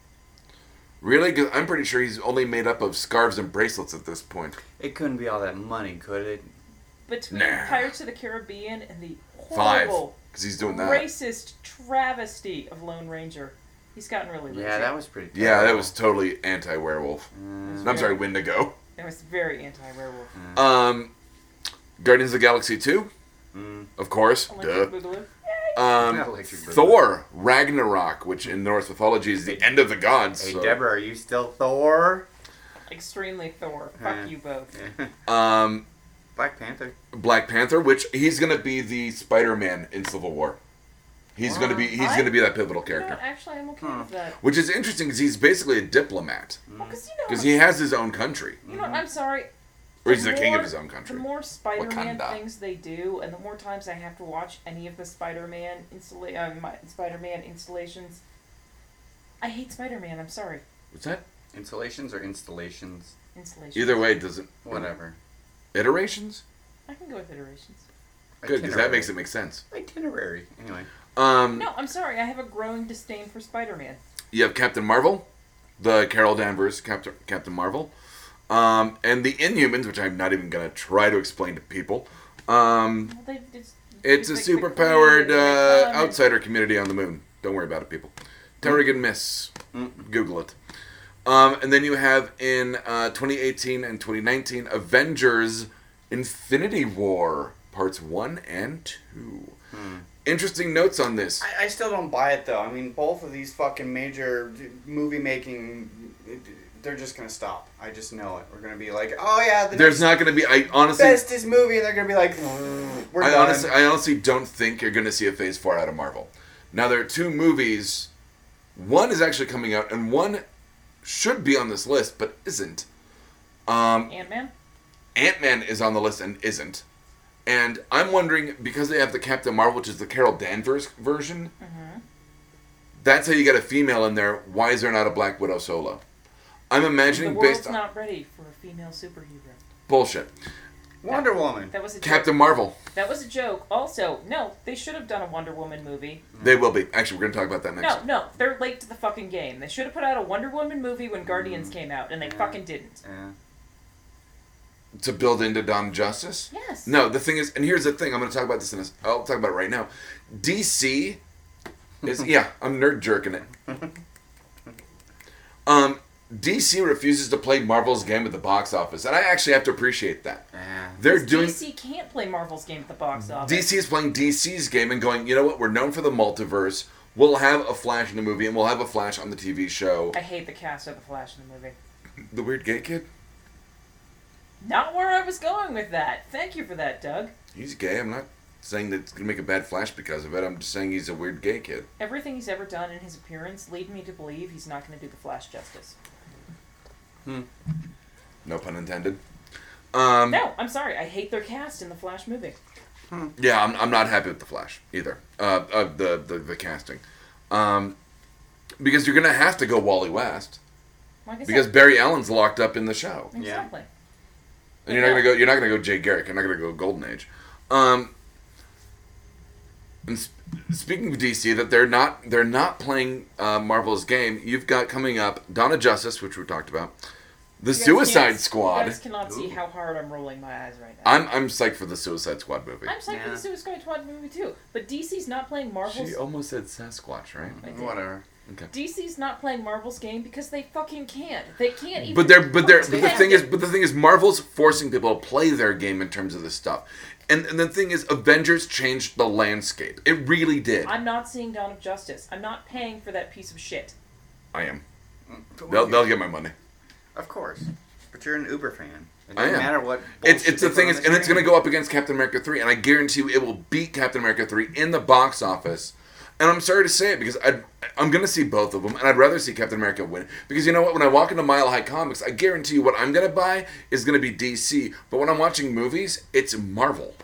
A: Really, because I'm pretty sure he's only made up of scarves and bracelets at this point.
C: It couldn't be all that money, could it?
B: Between
A: Nah.
B: Pirates of the Caribbean and the
A: Five,
B: horrible,
A: because he's doing that.
B: racist travesty of Lone Ranger, he's gotten really lazy.
C: Yeah, that was pretty.
A: Yeah, that
C: terrible.
A: was totally anti werewolf.
C: Mm,
A: I'm sorry, Wendigo.
B: That was very anti-werewolf.
C: Mm-hmm.
A: Um, Guardians of the Galaxy 2,
C: mm.
A: of course. Duh.
B: Electric Boogaloo.
A: Um,
C: Electric Boogaloo.
A: Thor, Ragnarok, which in Norse mythology is the end of the gods.
C: Hey,
A: so-
C: Deborah, are you still Thor? [laughs]
B: Extremely Thor.
C: Yeah.
B: Fuck you both.
A: Um,
C: Black Panther.
A: Black Panther, which he's gonna be the Spider Man in Civil War. He's gonna be he's
B: I-
A: gonna be that pivotal
B: You know,
A: character,
B: what, actually, I'm okay
C: Hmm.
B: with that.
A: which is interesting because he's basically a diplomat
C: Mm.
B: Well, because you know,
A: because he has his own country,
B: you know, what, I'm sorry.
A: or he's the king
B: more-
A: of his own
B: The
A: country.
B: more Spider-Man
A: Wakanda.
B: things they do, and the more times I have to watch any of the Spider-Man installa- uh, my Spider-Man installations, I hate Spider-Man. I'm sorry,
A: What's that?
C: Installations or installations,
B: installations.
A: Either way, it doesn't
C: whatever.
A: iterations.
B: I can go with iterations.
A: Good, because that makes it make sense.
C: itinerary. Anyway,
A: Um,
B: No, I'm sorry. I have a growing disdain for Spider-Man.
A: You have Captain Marvel, the Carol Danvers Captain Captain Marvel, um, and the Inhumans, which I'm not even gonna try to explain to people. Um,
B: Well, they just,
A: it's
B: they
A: a
B: make the um,
A: super
B: Queen
A: powered
B: and they
A: uh,
B: make them and-
A: outsider community on the moon. Don't worry about it, people. Terrigan Miss.
C: Mm.
A: Google it. Um, and then you have in uh, 2018 and 2019 Avengers Infinity War parts one and two.
C: Hmm.
A: Interesting notes on this.
C: I, I still don't buy it though. I mean, both of these fucking major d- movie making, they're just gonna stop. I just know it. We're gonna be like, oh yeah, the
A: There's
C: next
A: not going to be. I honestly,
C: bestest movie, and they're gonna be like, we're
A: I
C: done.
A: honestly, I honestly don't think you're going to see a Phase Four out of Marvel. Now there are two movies. One is actually coming out, and one should be on this list but isn't. Um,
B: Ant Man.
A: Ant Man is on the list and isn't. And I'm wondering because they have the Captain Marvel, which is the Carol Danvers version.
B: Mm-hmm.
A: That's how you get a female in there. Why is there not a Black Widow solo? I'm
B: The
A: imagining
B: world's
A: based on
B: not ready for a female superhero.
A: bullshit.
C: Wonder Woman.
B: That was a
A: Captain
B: joke.
A: Marvel.
B: That was a joke. Also, no, they should have done a Wonder Woman movie.
A: They will be. Actually, we're going to talk about that next.
B: No, no, they're late to the fucking game. They should have put out a Wonder Woman movie when
A: Mm.
B: Guardians came out, and they
C: Yeah.
B: fucking didn't.
C: Yeah.
A: To build into Dawn of Justice.
B: Yes.
A: No, the thing is, and here's the thing. I'm going to talk about this in a. s- I'll talk about it right now. DC is yeah. I'm nerd jerking it. Um, DC refuses to play Marvel's game at the box office, and I actually have to appreciate that.
C: Yeah.
A: They're
B: 'Cause
A: doing
B: DC can't play Marvel's game at the box office.
A: DC is playing DC's game and going. You know what? We're known for the multiverse. We'll have a Flash in the movie, and we'll have a Flash on the TV show.
B: I hate the cast of the Flash in the movie.
A: The weird gay kid.
B: Not where I was going with that. Thank you for that, Doug.
A: He's gay. I'm not saying that it's gonna make a bad Flash because of it. I'm just saying he's a weird gay kid.
B: Everything he's ever done in his appearance lead me to believe he's not going to do the Flash justice.
A: No pun intended. Um,
B: No, I'm sorry. I hate their cast in the Flash movie.
A: Yeah, I'm, I'm not happy with the Flash either. Uh, uh the, the the casting, um, because you're gonna have to go Wally West
B: Like I said,
A: because Barry Allen's locked up in the show, and
C: Yeah.
B: exactly.
A: you're not gonna go. You're not gonna go Jay Garrick. You're not gonna go Golden Age. Um, and sp- speaking of DC, that they're not they're not playing uh, Marvel's game. You've got coming up Donna Justice, which we talked about, the
B: You guys
A: Suicide
B: can't- You
A: Squad.
B: guys cannot see
C: Ooh.
B: how hard I'm rolling my eyes right now.
A: I'm I'm psyched for the Suicide Squad movie.
B: I'm psyched for
C: Yeah.
B: the Suicide Squad movie too, but DC's not playing Marvel's.
A: She oh, almost said Sasquatch, right?
B: I did.
C: Whatever.
A: Okay.
B: DC's not playing Marvel's game because they fucking can't. They can't even.
A: But they're but they're but the
B: comprehend
A: thing is
B: it.
A: but the thing is Marvel's forcing people to play their game in terms of this stuff. And and the thing is Avengers changed the landscape. It really did.
B: I'm not seeing Dawn of Justice. I'm not paying for that piece of shit.
A: I am. They'll they'll get my money.
C: Of course. But you're an Uber fan. It
A: I
C: doesn't
A: am.
C: matter what.
A: It's
C: bullshit
A: it's the
C: they put
A: thing
C: on
A: is
C: the
A: and it's
C: screen.
A: gonna go up against Captain America three, and I guarantee you it will beat Captain America three in the box office. And I'm sorry to say it because I I'm gonna see both of them, and I'd rather see Captain America win because you know what? When I walk into Mile High Comics, I guarantee you what I'm gonna buy is gonna be DC. But when I'm watching movies, it's Marvel,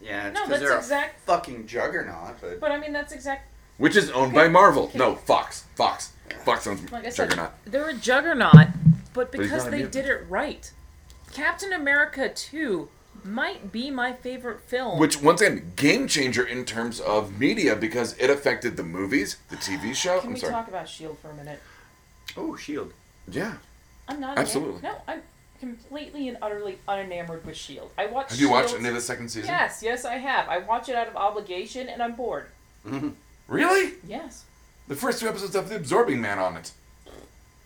C: Yeah, it's
B: No,
C: 'cause
B: that's
C: they're
B: exact-
C: a fucking juggernaut. But,
B: But I mean, that's exact.
A: which is owned by
B: Okay.
A: Marvel.
B: Okay.
A: No, Fox. Fox. Fox owns
B: Like I said,
A: Juggernaut.
B: they're a juggernaut, but
A: he's
B: because
A: not a
B: they
A: mutant.
B: did it right, Captain America Two might be my favorite film.
A: Which once again, game changer in terms of media because it affected the movies, the TV show. Oh,
B: can
A: I'm
B: we
A: sorry.
B: talk about Shield E for a minute?
C: oh, Shield.
A: Yeah.
B: I'm not
A: Absolutely.
B: Enam- no, I'm completely and utterly unenamored with Shield. I watch.
A: Have you watched
B: SHIELD-
A: any of the second season?
B: Yes, yes, I have. I watch it out of obligation, and I'm bored.
A: Really?
B: Yes.
A: The first two episodes have the Absorbing Man on it.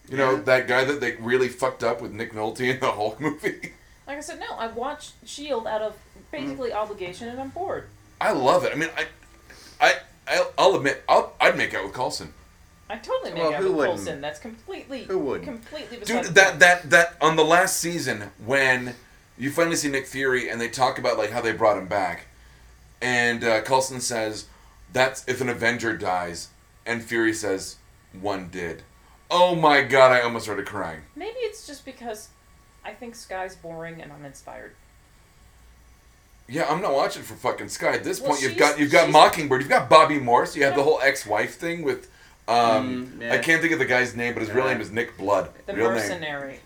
A: You know
C: Yeah.
A: that guy that they really fucked up with Nick Nolte in the Hulk [laughs] movie.
B: Like I said, no, I watch Shield out of basically
A: Mm-hmm.
B: obligation, and I'm bored.
A: I love it. I mean, I, I, I'll, I'll admit, I'll, I'd make out with Coulson.
B: I totally make
C: Well,
B: out
C: who
B: with
C: wouldn't?
B: Coulson. That's completely
C: Who wouldn't?
B: completely beside
A: Dude,
B: the
A: that
B: point.
A: that that on the last season when you finally see Nick Fury and they talk about like how they brought him back, and uh, Coulson says, "That's if an Avenger dies," and Fury says, "One did." Oh my god! I almost started crying.
B: Maybe it's just because I think Sky's boring and uninspired.
A: Yeah, I'm not watching for fucking Sky. At this
B: Well,
A: point, you've
B: she's-
A: got you've got
B: she's-
A: Mockingbird, you've got Bobby Morse, you have the
B: No.
A: whole ex-wife thing with. Um,
C: Mm, yeah.
A: I can't think of the guy's name, but his real
C: Yeah.
A: name is Nick Blood.
B: The
A: real name,
B: mercenary.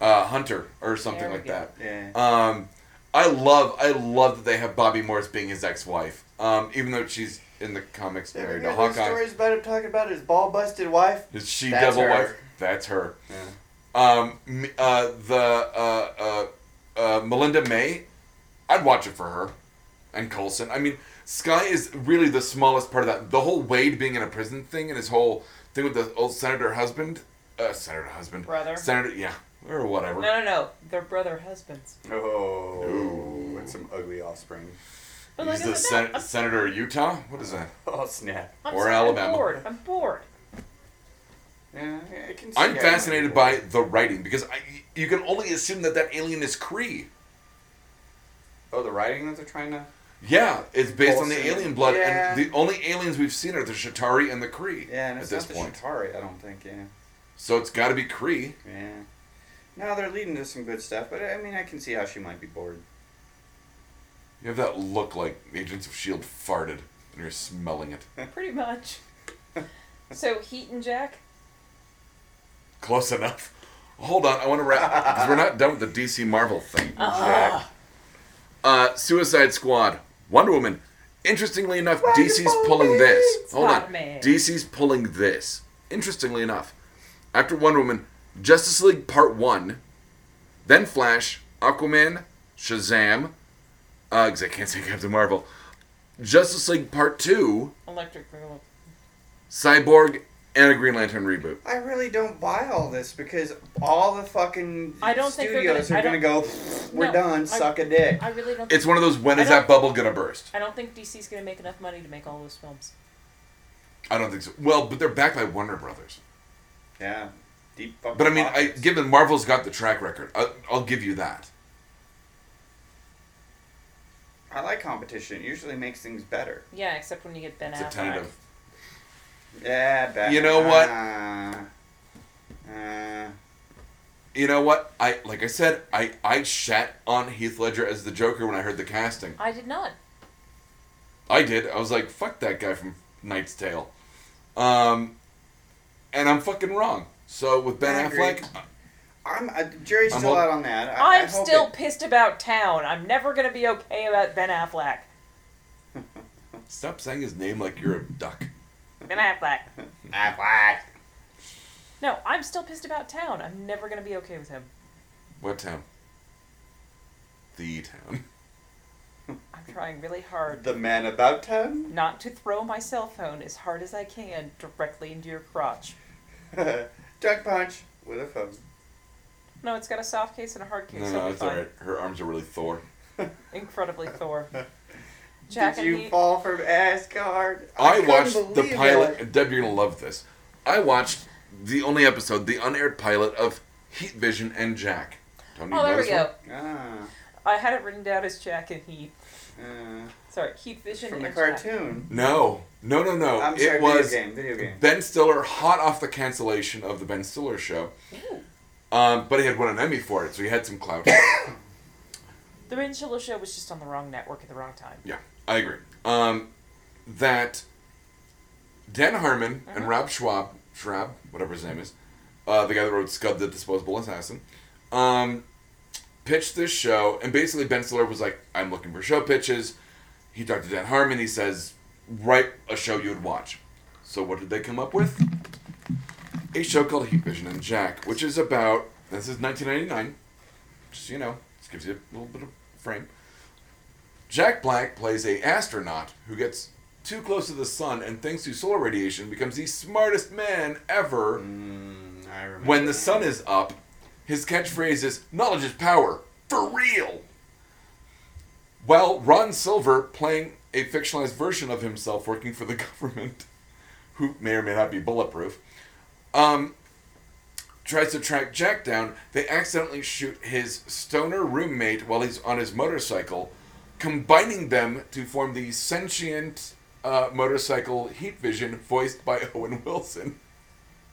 A: uh, Hunter or something
B: There we
A: like
B: go.
A: that.
C: Yeah.
A: Um, I love, I love that they have Bobby Morris being his ex-wife. Um, even though she's in the comics
C: Ever
A: married
C: hear
A: to
C: those
A: Hawkeye,
C: stories about him talking about his ball busted wife?
A: his she
C: That's
A: devil
C: her.
A: wife. That's her.
C: Yeah.
A: Um, m- uh, the uh, uh, uh, Melinda May, I'd watch it for her, and Coulson. I mean, Sky is really the smallest part of that. The whole Wade being in a prison thing and his whole thing with the old senator husband, uh, senator husband,
B: Brother.
A: senator, yeah, or whatever.
B: No, no, no. They're brother husbands.
C: Oh.
A: Ooh.
C: with some ugly offspring. [laughs]
B: But like
A: He's the
B: I said, that-
A: sen-
B: I'm,
A: senator of Utah? What is that?
C: Oh snap!
B: I'm
A: or
B: sorry,
A: Alabama.
B: I'm bored. I'm
A: [laughs]
B: bored.
C: Yeah, I- I can see
A: I'm
C: that.
A: fascinated by the writing because I, you can only assume that that alien is Cree.
C: Oh, the writing that they're trying to.
A: Yeah, it's based on the
C: Coulson.
A: alien blood,
C: Yeah.
A: and the only aliens we've seen are the Shatari and the Cree.
C: Yeah, and
A: at
C: it's
A: this
C: not
A: point,
C: the Shatari, I don't think. Yeah,
A: so it's got to be Cree.
C: yeah. No, they're leading to some good stuff, but I mean, I can see how she might be bored.
A: You have that look like Agents of Shield E farted, and you're smelling
C: [laughs]
A: it.
B: Pretty much. so Heat and Jack.
A: Close enough. Hold on, I want to wrap because we're not done with the DC Marvel thing.
C: Jack.
A: Ah! Uh, Suicide Squad, Wonder Woman. Interestingly enough,
C: Wonder
A: DC's pulling
C: Woman.
A: this. Hold on.
B: Spider-Man.
A: DC's pulling this. Interestingly enough, after Wonder Woman, Justice League Part 1, then Flash, Aquaman, Shazam, uh, 'cause I can't say [laughs] Captain Marvel, Justice League Part 2,
B: Electric Girl.
A: Cyborg, and a Green Lantern reboot.
C: I really don't buy all this because all the fucking
B: I don't think they're gonna-
C: studios
B: I
C: are going to go. We're
B: No,
C: done.
B: I-
C: suck a dick.
B: I really don't.
A: It's one of those when
B: I
A: is that bubble gonna burst?
B: I don't think DC's gonna make enough money to make all those films.
A: I don't think so. Well, but they're backed by Warner Brothers.
C: yeah, deep fucking.
A: But I mean, I,
C: pockets.
A: given Marvel's got the track record, I, I'll give you that.
C: I like competition. It usually makes things better.
B: Yeah, except when you get Ben
A: It's a
B: Affleck.
A: tentative.
C: Yeah, better.
A: You know what?
C: Uh, uh,
A: You know what? I like I said, I I shat on Heath Ledger as the Joker when I heard the casting.
B: I did not.
A: I did. I was like, fuck that guy from Knight's Tale. Um, and I'm fucking wrong. So with Ben
C: I agree.
A: Affleck,
C: I'm uh, jury's
A: I'm
C: still
A: hol-
C: out on that. I, I
B: I'm
C: hope
B: still
C: it-
B: pissed about Town. I'm never gonna be okay about Ben Affleck.
A: stop saying his name like you're a duck.
B: Ben Affleck.
A: [laughs]
C: Ah, whack.
B: No, I'm still pissed about Town. I'm never gonna be okay with him.
A: What town? The town.
B: I'm trying really hard
C: The man about [laughs] town.
B: not to throw my cell phone as hard as I can directly into your crotch.
C: Drug punch with a phone.
B: No, it's got a soft case and a hard case.
A: No,
B: It'll
A: no,
B: be
A: it's
B: fine.
A: alright. Her arms are really Thor. [laughs]
B: Incredibly Thor. Jack
C: Did
B: and
C: you
B: Heath.
C: fall from Asgard?
A: I,
C: couldn't
A: watched the
C: believe
A: pilot.
C: it.
A: Deb, you're gonna love this. I watched the only episode, the unaired pilot of Heat Vision and Jack. Tony,
B: Oh,
A: you
B: there
A: know
B: we
A: this one?
B: go.
C: Ah,
B: I had it written down as Jack and Heath.
C: uh,
B: Sorry, Heath Vision
C: from the
B: and Jack.
C: cartoon.
A: No, no, no, no.
C: I'm
A: it
C: sorry,
A: was
C: video game. Video game.
A: Ben Stiller, hot off the cancellation of the Ben Stiller show. Um, but he had won an Emmy for it, so he had some clout. [laughs]
B: The Ben Stiller show was just on the wrong network at the wrong time.
A: yeah, I agree. Um, that Dan Harmon and Rob Schwab, Schwab, whatever his name is, uh, the guy that wrote Scud the Disposable Assassin, um, pitched this show, and basically Ben Stiller was like, I'm looking for show pitches. He talked to Dan Harmon, he says, write a show you would watch. So what did they come up with? A show called Heat Vision and Jack, which is about, this is 1999, just so you know, this gives you a little bit of frame. Jack Black plays a astronaut who gets too close to the sun and thanks to solar radiation becomes the smartest man ever.
C: Mm, I remember.
A: When the
C: that.
A: sun is up, his catchphrase is knowledge is power, for real. While Ron Silver playing a fictionalized version of himself working for the [laughs] government, who may or may not be bulletproof, um, tries to track Jack down. They accidentally shoot his stoner roommate while he's on his motorcycle, combining them to form the sentient uh, motorcycle heat vision voiced by [laughs] Owen Wilson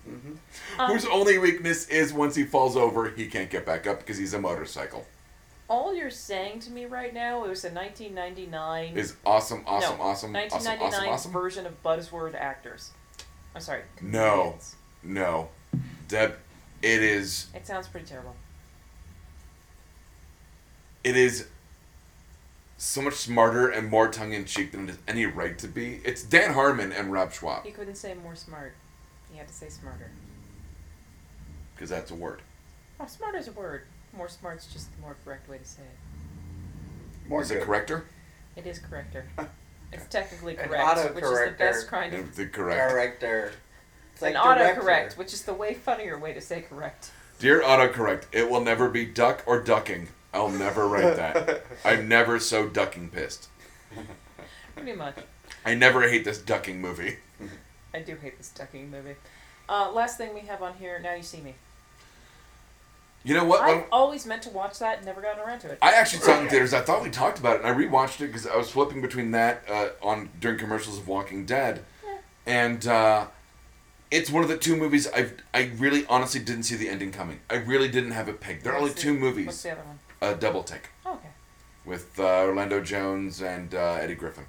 C: Mm-hmm.
B: Um,
A: whose only weakness is once he falls over, he can't get back up because he's a motorcycle.
B: all you're saying to me right now is a 1999
A: Is awesome, awesome,
B: no,
A: awesome, awesome,
B: 1999
A: awesome, awesome.
B: version of buzzword actors. I'm sorry.
A: No.
B: It's-
A: No, Deb, it is
B: It sounds pretty terrible.
A: it is so much smarter and more tongue in cheek than it has any right to be. It's Dan Harmon and Rob Schwab
B: He couldn't say more smart. He had to say smarter.
A: because that's a word.
B: Oh, smart is a word. More smart's just the more correct way to say it.
C: More
A: is it
C: good.
A: corrector?
B: It
A: [laughs]
B: is corrector. It's technically
C: An
B: correct, which is the
C: autocorrector.
B: best kind of.
A: The correct.
C: Director.
B: [laughs]
C: It's
B: An
C: director.
B: autocorrect, which is the way funnier way to say correct.
A: Dear autocorrect, it will never be duck or ducking. I'll never write that.
C: [laughs]
A: I'm never so ducking pissed.
B: Pretty much.
A: I never hate this ducking movie.
B: I do hate this ducking movie. Uh, last thing we have on here, Now You See Me.
A: You know what?
B: I've
A: When-
B: always meant to watch that and never gotten around to it.
A: I actually saw it in theaters. I thought we talked about it, and I rewatched it because I was flipping between that uh, on during commercials of Walking Dead, and uh, it's one of the two movies I I really honestly didn't see the ending coming. I really didn't have it pegged. There are only
B: What's
A: two
B: the- What's
A: movies.
B: the other one?
A: Uh, Double Take
B: Oh, okay.
A: with uh, Orlando Jones and uh, Eddie Griffin.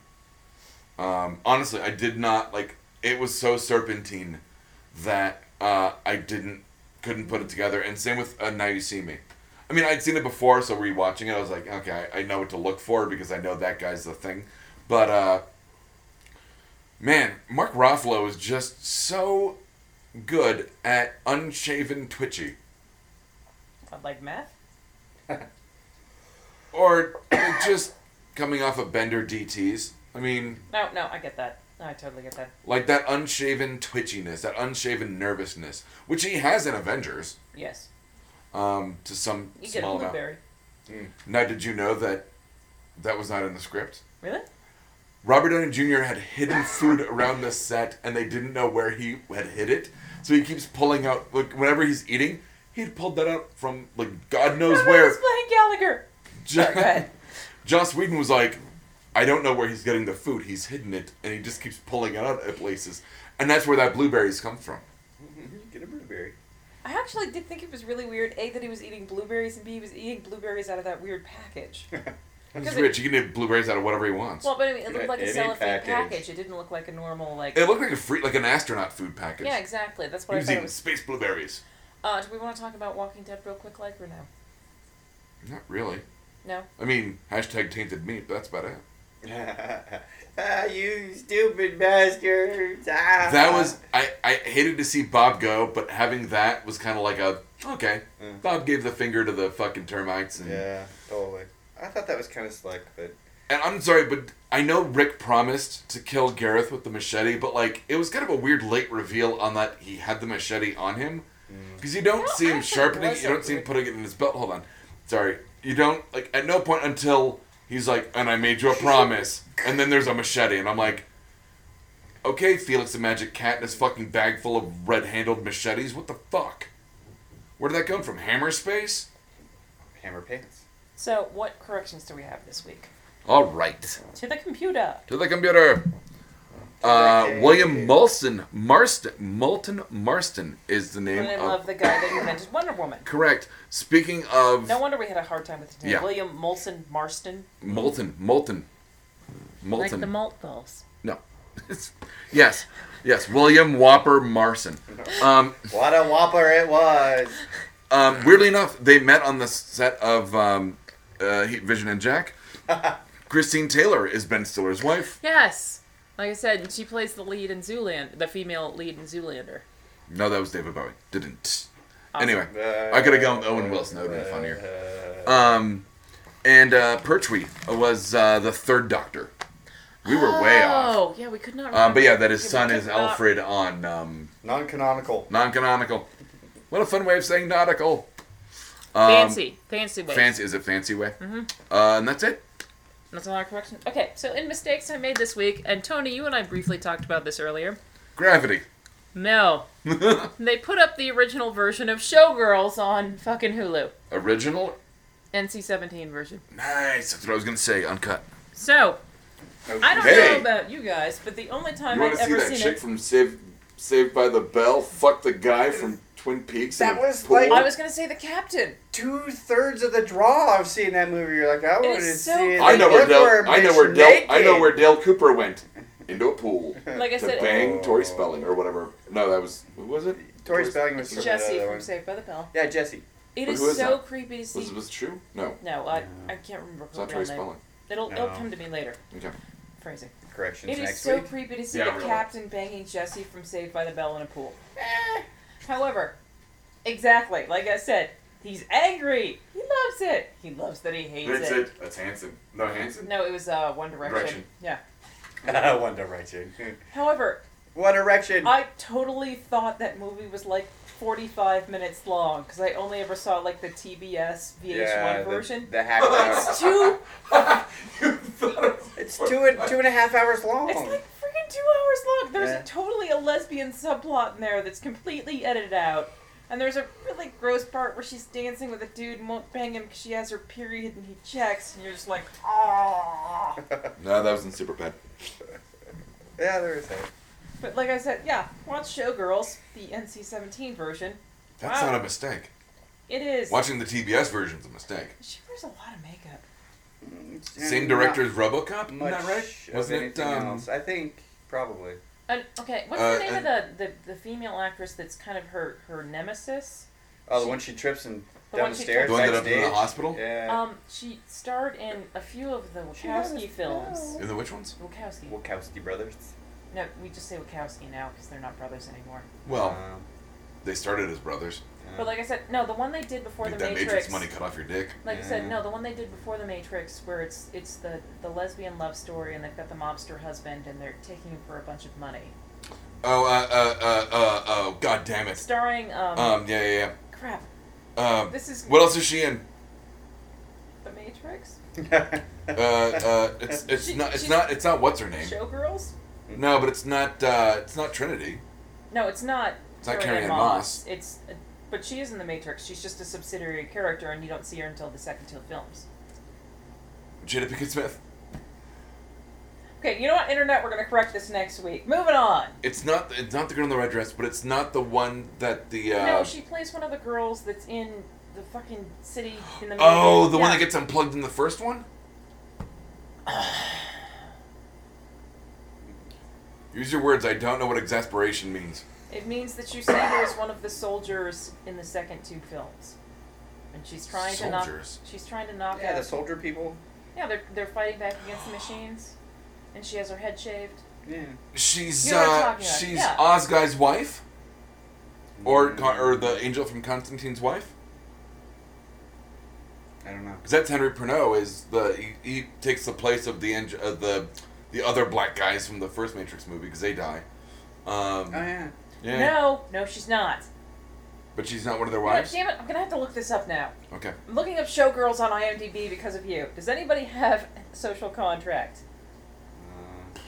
A: Um, honestly, I did not like. It was so serpentine that uh, I didn't couldn't put it together. And same with uh, Now You See Me. I mean, I'd seen it before, so rewatching it, I was like, okay, I, I know what to look for because I know that guy's the thing. But uh, man, Mark Ruffalo is just so good at unshaven twitchy.
B: I'd Uh, like meth.
A: or [coughs] like, just coming off of Bender DTs. I mean,
B: No, no, I get that. No, I totally get that.
A: like that unshaven twitchiness, that unshaven nervousness, which he has in Avengers
B: Yes.
A: um, to some
B: You get a
A: small amount.
B: blueberry.
A: Now, did you know that that was not in the script?
B: Really?
A: Robert Downey Jr. had hidden food around the set, and they didn't know where he had hid it. So he keeps pulling out. Like whenever he's eating, he'd pulled that out from like God
B: [laughs]
A: knows
B: Remember
A: where.
B: this playing Gallagher.
A: [laughs]
B: Sorry, go
A: Jo-
B: ahead.
A: Joss Whedon was like, I don't know where he's getting the food. He's hidden it, and he just keeps pulling it out at places. And that's where that blueberries come from.
C: Get a blueberry.
B: I actually did think it was really weird. A that he was eating blueberries, and B he was eating blueberries out of that
A: [laughs]
B: weird package.
A: He's
B: Because it-
A: rich. He can get blueberries out of whatever he wants.
B: Well, but I mean, it looked like a
C: Any
B: cellophane
C: package.
B: package. It didn't look like a normal like.
A: it looked like a free, like an astronaut food package.
B: yeah, exactly. That's
A: he
B: what I
A: was
B: thought it
A: eating
B: was.
A: space blueberries.
B: Uh, do we want to talk about Walking Dead real quick, like or no?
A: Not really.
B: No.
A: I mean, hashtag tainted meat. But that's about it.
C: [laughs] ah, you stupid bastards. Ah.
A: That was I. I hated to see Bob go, but having that was kind of like a okay.
C: Yeah.
B: Mm.
A: Bob gave the finger to the fucking termites, and
C: Yeah, totally. I thought that was kind of slick, but
A: And I'm sorry, but I know Rick promised to kill Gareth with the machete, but like it was kind of a weird late reveal on that he had the machete on him because you don't
B: No,
A: see him
B: actually,
A: sharpening it.
B: was
A: You
B: a
A: don't see him
B: weird-
A: putting it in his belt. Hold on, sorry. You don't like at no point until he's like, "And I made
B: [laughs]
A: you a promise," and then there's a machete, and I'm like, "Okay, Felix the Magic Cat and his fucking bag full of red-handled machetes. What the fuck? Where did that come from? Hammer space?
C: hammer pants.
B: So, what corrections do we have this week?
A: All right."
B: To the computer.
A: To the computer. Uh,
C: Okay.
A: William Moulton Marston Moulton Marston is the name
B: And I
A: of
B: love the guy that invented Wonder Woman.
A: correct. Speaking of
B: No wonder we had a hard time with his name.
A: Yeah.
B: William Moulson Marston.
A: Moulton Moulton Moulton
B: malt balls.
A: no [laughs] yes yes William Whopper Marston. Um,
C: What a whopper it was!
A: um, weirdly enough, they met on the set of um, uh, Heat Vision and Jack. Christine Taylor is Ben Stiller's wife.
B: Yes. Like I said, she plays the lead in Zoolander, the female lead in Zoolander.
A: No, that was David Bowie. Didn't.
B: Awesome.
A: Anyway,
B: uh,
A: I could have gone with Owen Wilson. That would have been funnier. Um, and uh, Pertwee was uh, the third Doctor. We were way off.
B: Oh, yeah, we could not
A: Um, but yeah, that his
B: Yeah,
A: son
B: we could
A: is
B: not-
A: Alfred on um,
C: Non-canonical.
A: non-canonical. What a fun way of saying nautical. Um,
B: Fancy. Mm-hmm. fancy ways.
A: Fancy is a fancy way. Uh, and that's it.
B: That's a lot of corrections. Okay, so in mistakes I made this week, and Tony, you and I briefly talked about this earlier.
A: Gravity.
B: No.
A: [laughs]
B: they put up the original version of Showgirls on fucking Hulu.
A: Original.
B: NC 17 version.
A: Nice. That's what I was gonna say. Uncut.
B: So, I don't
A: Hey.
B: know about you guys, but the only time
A: You want
B: I've
A: to see
B: ever
A: that
B: seen
A: chick
B: it.
A: from Saved Saved by the Bell? Fuck the guy from Twin Peaks. in
C: That
A: a
C: was
A: pool?
C: like-
B: I was going to say The Captain.
C: Two thirds of the draw I've seen that movie. You're like, I wanted to
B: is so
C: see it.
A: I know where
C: Everywhere
A: Del. I know where
C: bitch
A: Del. I know
C: naked. [laughs]
A: where Dale Cooper went into a pool.
B: Like
A: to
B: I said,
A: bang Tori Spelling or whatever. No, that was who was it?
C: Tori Spelling was from
B: Jesse
C: another
B: from
C: one.
B: Saved by the Bell.
C: Yeah, Jesse.
B: It
A: Who
B: is
A: is
B: so
A: that?
B: creepy to see.
A: Elizabeth Shue? No,
B: No, I, I can't remember
A: it's
B: her
A: not
B: real
A: Tori
B: name.
A: Spelling.
B: It'll, it'll
C: No.
B: come to me later.
A: Okay.
B: Phrasing.
C: Corrections
B: It is
C: next
B: so
C: week.
B: creepy to see
A: Yeah,
B: the
A: really.
B: captain banging Jesse from Saved by the Bell in a pool. However, exactly, like I said, he's angry. He loves it. He loves that he hates
A: That's
B: it.
A: it. That's Hanson. No Hanson.
B: No, it was uh, One Direction.
A: Direction.
C: [laughs]
B: Yeah.
C: One Direction.
B: However,
C: One Erection.
B: I totally thought that movie was like 45 minutes long because I only ever saw like the TBS VH1
C: yeah, the-
B: version.
C: [laughs] The,
B: [laughs]
C: hack.
B: It's too.
A: [laughs] you thought it was
C: it's two and two and a half hours long.
B: It's like freaking two hours long. There's
C: Yeah.
B: a, totally a lesbian subplot in there that's completely edited out. And there's a really gross part where she's dancing with a dude and won't bang him because she has her period and he checks and you're just like, ah.
A: No, that was in Superbad.
C: [laughs] yeah, there is that.
B: But like I said, yeah, watch Showgirls, the NC-17 version.
A: That's
B: Wow.
A: not a mistake.
B: It is.
A: Watching the TBS version's a mistake.
B: She wears a lot of makeup.
A: Same director as RoboCop. Isn't
C: Much
A: that right?
C: of
A: Wasn't it?
C: anything
A: Um,
C: else. I think probably.
B: And okay, what's
A: Uh,
B: the name of the, the, the female actress that's kind of her her nemesis?
C: Oh, the
B: She-
C: one she trips and
B: The
C: down
B: one
C: the
B: she
A: the
C: stairs
A: one that up in
C: backstage.
A: the hospital.
C: Yeah.
B: Um, she starred in a few of the
C: She does,
B: Wachowski films.
A: In the which ones?
B: Wachowski.
C: Wachowski brothers.
B: No, we just say Wachowski now because they're not brothers anymore.
A: Well,
C: Um,
A: they started as brothers.
C: yeah.
B: But like I said, no, the one they did before
A: Oh. Make
B: the
A: that
B: Matrix.
A: Matrix money cut off your dick.
B: Like I said,
C: Yeah.
B: no, the one they did before the Matrix, where it's it's the the lesbian love story, and they've got the mobster husband, and they're taking him for a bunch of money,
A: Oh, uh, uh, uh, uh, oh, god damn it.
B: starring um,
A: Um, yeah, yeah,
B: crap.
A: yeah. Um,
B: This is
A: what else is she in?
B: the Matrix.
A: [laughs] Uh, uh,
B: [laughs]
A: it's it's
B: She-
A: not it's
B: she's-
A: not it's not what's her name.
B: Showgirls.
A: No, but it's not uh, it's not Trinity.
B: No, it's not.
A: It's not
B: Carrie
A: Carrie Ann
B: Ann
A: Moss.
B: It's, but she is in the Matrix. She's just a subsidiary character, and you don't see her until the second two films.
A: Jada Pinkett Smith.
B: Okay, you know what, Internet? We're gonna correct this next week. Moving on.
A: It's not it's not the girl in the red dress, but it's not the one that the uh,
B: No, she plays one of the girls that's in the fucking city in the.
A: oh the one
B: Yeah.
A: that gets unplugged in the first
B: [sighs]
A: one. Use your words. I don't know what exasperation means.
B: It means that you see her as one of the soldiers in the second two films, and she's trying to knock.
A: Soldiers.
B: She's trying to knock
C: [laughs] yeah,
B: out.
C: the soldier people.
B: yeah, they're they're fighting back against the machines, and she has her head shaved.
C: Yeah.
A: She's
B: You know what I'm
A: uh,
B: talking about,
A: she's
B: yeah.
A: Ozguy's wife, or Con- or the angel from Constantine's wife.
C: I don't know.
A: Because that's Henry Pernot is the he, he takes the place of the eng- uh, the the other black guys from the first Matrix movie because they die. Um,
C: Oh yeah.
A: yeah,
B: No, no, she's not.
A: but she's not one of their
B: God
A: wives.
B: damn it! I'm gonna have to look this up now.
A: Okay,
B: I'm looking up showgirls on IMDb because of you. Does anybody have social contract?
C: Uh,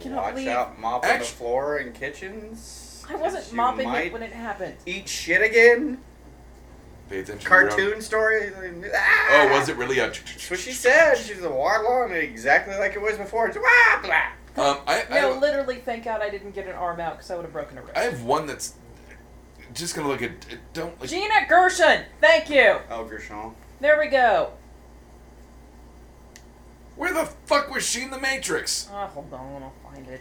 B: Cannot
C: watch
B: leave.
C: out, mop on the
A: Actu-
C: floor and kitchens.
B: I wasn't
C: 'cause you
B: mopping
C: might
B: it when it happened.
C: Eat shit again.
A: pay attention. to your own-
C: Cartoon story. Ah!
A: Oh, was it really a?
C: That's what she said. She's a waterlogged exactly like it was before. It's wah, blah.
A: Um, I I,
B: No, literally, thank God I didn't get an arm out because I would have broken a wrist.
A: I have one that's just gonna look at. Don't like.
B: Gina Gershon, thank you.
C: Oh, Gershon.
B: There we go.
A: Where the fuck was she in the Matrix?
C: [laughs]
B: Oh, hold on, I'll find it.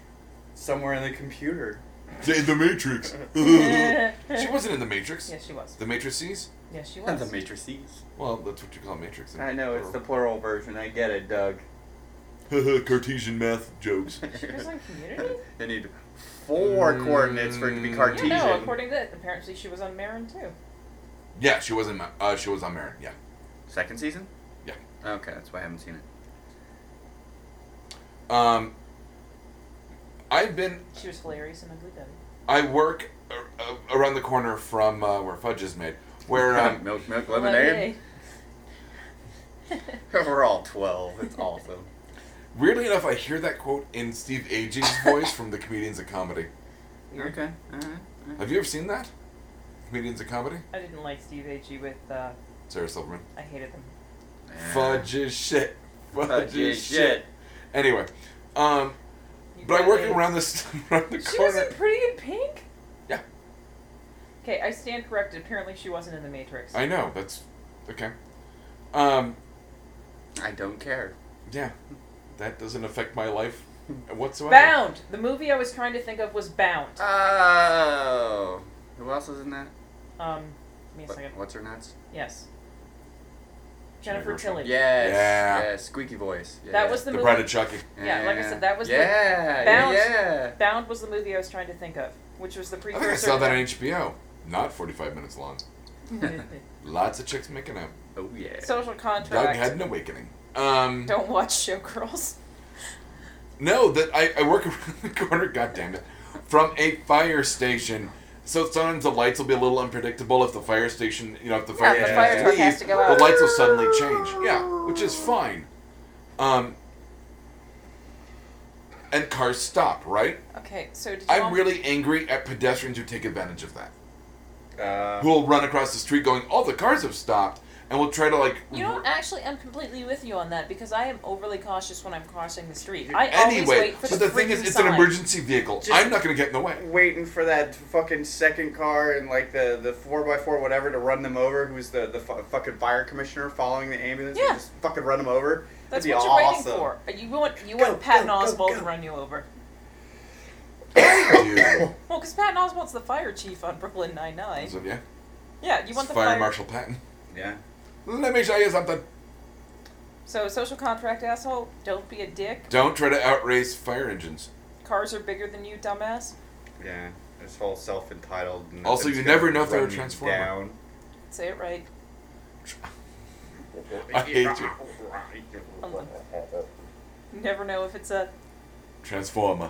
C: Somewhere in the computer.
A: In the Matrix. [laughs] [laughs] she
B: [laughs] yes,
A: wasn't in the Matrix.
B: she was.
A: The Matrices.
B: Yes, she was.
C: matrices.
A: Well, that's what you call a Matrix.
C: I know it's the plural version. I get it, Doug.
A: the [laughs] Cartesian math jokes.
B: She
A: [laughs]
B: was on Community?
C: [laughs] they need four
A: Mm.
C: coordinates for it to be
B: Yeah,
C: Cartesian.
B: no, according to that, apparently she was on Marin too.
A: Yeah, she wasn't. Uh, she was on Marin. Yeah.
C: Second season?
A: Yeah.
C: Okay, that's why I haven't seen it.
A: Um, I've been.
B: She was hilarious in Ugly Betty.
A: I work a- a- around the corner from uh, where fudge is made. Where um,
C: [laughs] milk, milk, lemonade.
A: [laughs]
C: We're all twelve. It's
B: [laughs]
C: awesome.
A: weirdly enough, I hear that quote in Steve Agee's voice from the Comedians of Comedy.
C: okay. All right.
A: Have you ever seen that? Comedians of Comedy.
B: I didn't like Steve Agee with. Uh,
A: Sarah Silverman.
B: I hated them.
A: Fudge is shit. Fudge,
C: Fudge
A: is
C: is
A: shit.
C: shit.
A: Anyway, um,
B: You
A: but I
B: got
A: work
B: it.
A: around this [laughs] around the
B: She
A: corner.
B: wasn't pretty in pink.
A: Yeah.
B: Okay, I stand corrected. Apparently, she wasn't in the Matrix.
A: I know. That's okay. Um,
C: I don't care.
A: yeah, that doesn't affect my life whatsoever.
B: Bound. The movie I was trying to think of was Bound.
C: Oh. Who else is in that?
B: Um, give me a
C: What-
B: second.
C: What's her nuts?
B: Yes.
A: Jennifer
B: Jennifer
A: Tilly.
B: Tilly.
C: Yes.
A: Yeah.
C: Yes. Squeaky voice. Yeah.
B: That was
A: The
B: the, movie.
A: Bride of Chucky.
B: yeah, like I said, that was the-
C: yeah,
B: Bounce.
C: yeah,
B: Bound was the movie I was trying to think of, which was
A: [laughs]
B: the
A: I
B: precursor.
A: think I saw
B: to-
A: that on HBO. Not 45 minutes long. Lots of chicks making out.
C: Oh
B: [laughs]
C: yeah.
B: Social
A: Doug
B: contract.
A: had an awakening. Um,
B: Don't watch Showgirls. [laughs]
A: [laughs] no, that I, I work around the corner. God damn it. from a fire station. So sometimes the lights will be a little unpredictable if the fire station, you know, if the fire
B: if
C: the
A: engine
C: fire
A: is
B: truck has
A: leave,
B: to go out.
A: the lights will suddenly change. Yeah, which is fine. Um, and cars stop, right?
B: Okay, so did you all-
A: I'm really angry at pedestrians who take advantage of that.
C: Uh,
A: Who will run across the street going, "Oh, the cars have stopped," and will try to like.
B: You know, what? actually, I'm completely with you on that because I am overly cautious when I'm crossing the street. I always
A: anyway,
B: wait for
A: but
B: the
A: the thing is,
B: freaking
A: it's an
B: sign.
A: emergency vehicle.
C: Just-
A: I'm not going to get in the
B: [coughs]
A: way. [coughs]
C: waiting for that fucking second car and like the the four x four whatever to run them over. Who's the the fu- fucking fire commissioner following the ambulance?
B: Yeah.
C: and just fucking run them over.
B: That's
C: That'd be
B: what you're
C: awesome.
B: waiting for. You want you
C: Go,
B: want Patton
C: go, go,
B: Oswald
C: go.
B: to run you over.
A: Dude.
B: Well, because Patton Oswald's the fire chief on Brooklyn Nine Nine.
A: So, yeah,
B: Yeah, you
A: it's
B: want the
A: Fire Marshal Patton.
C: Yeah.
A: Let me show you something.
B: So social contract asshole, don't be a dick.
A: Don't try to outrace fire engines.
B: Cars are bigger than you, dumbass.
C: Yeah. This whole self entitled.
A: Also, you never know if they're a transformer.
C: Down.
B: Say it right.
A: I hate
C: [laughs]
A: you.
B: You never know if it's a.
A: Transformer.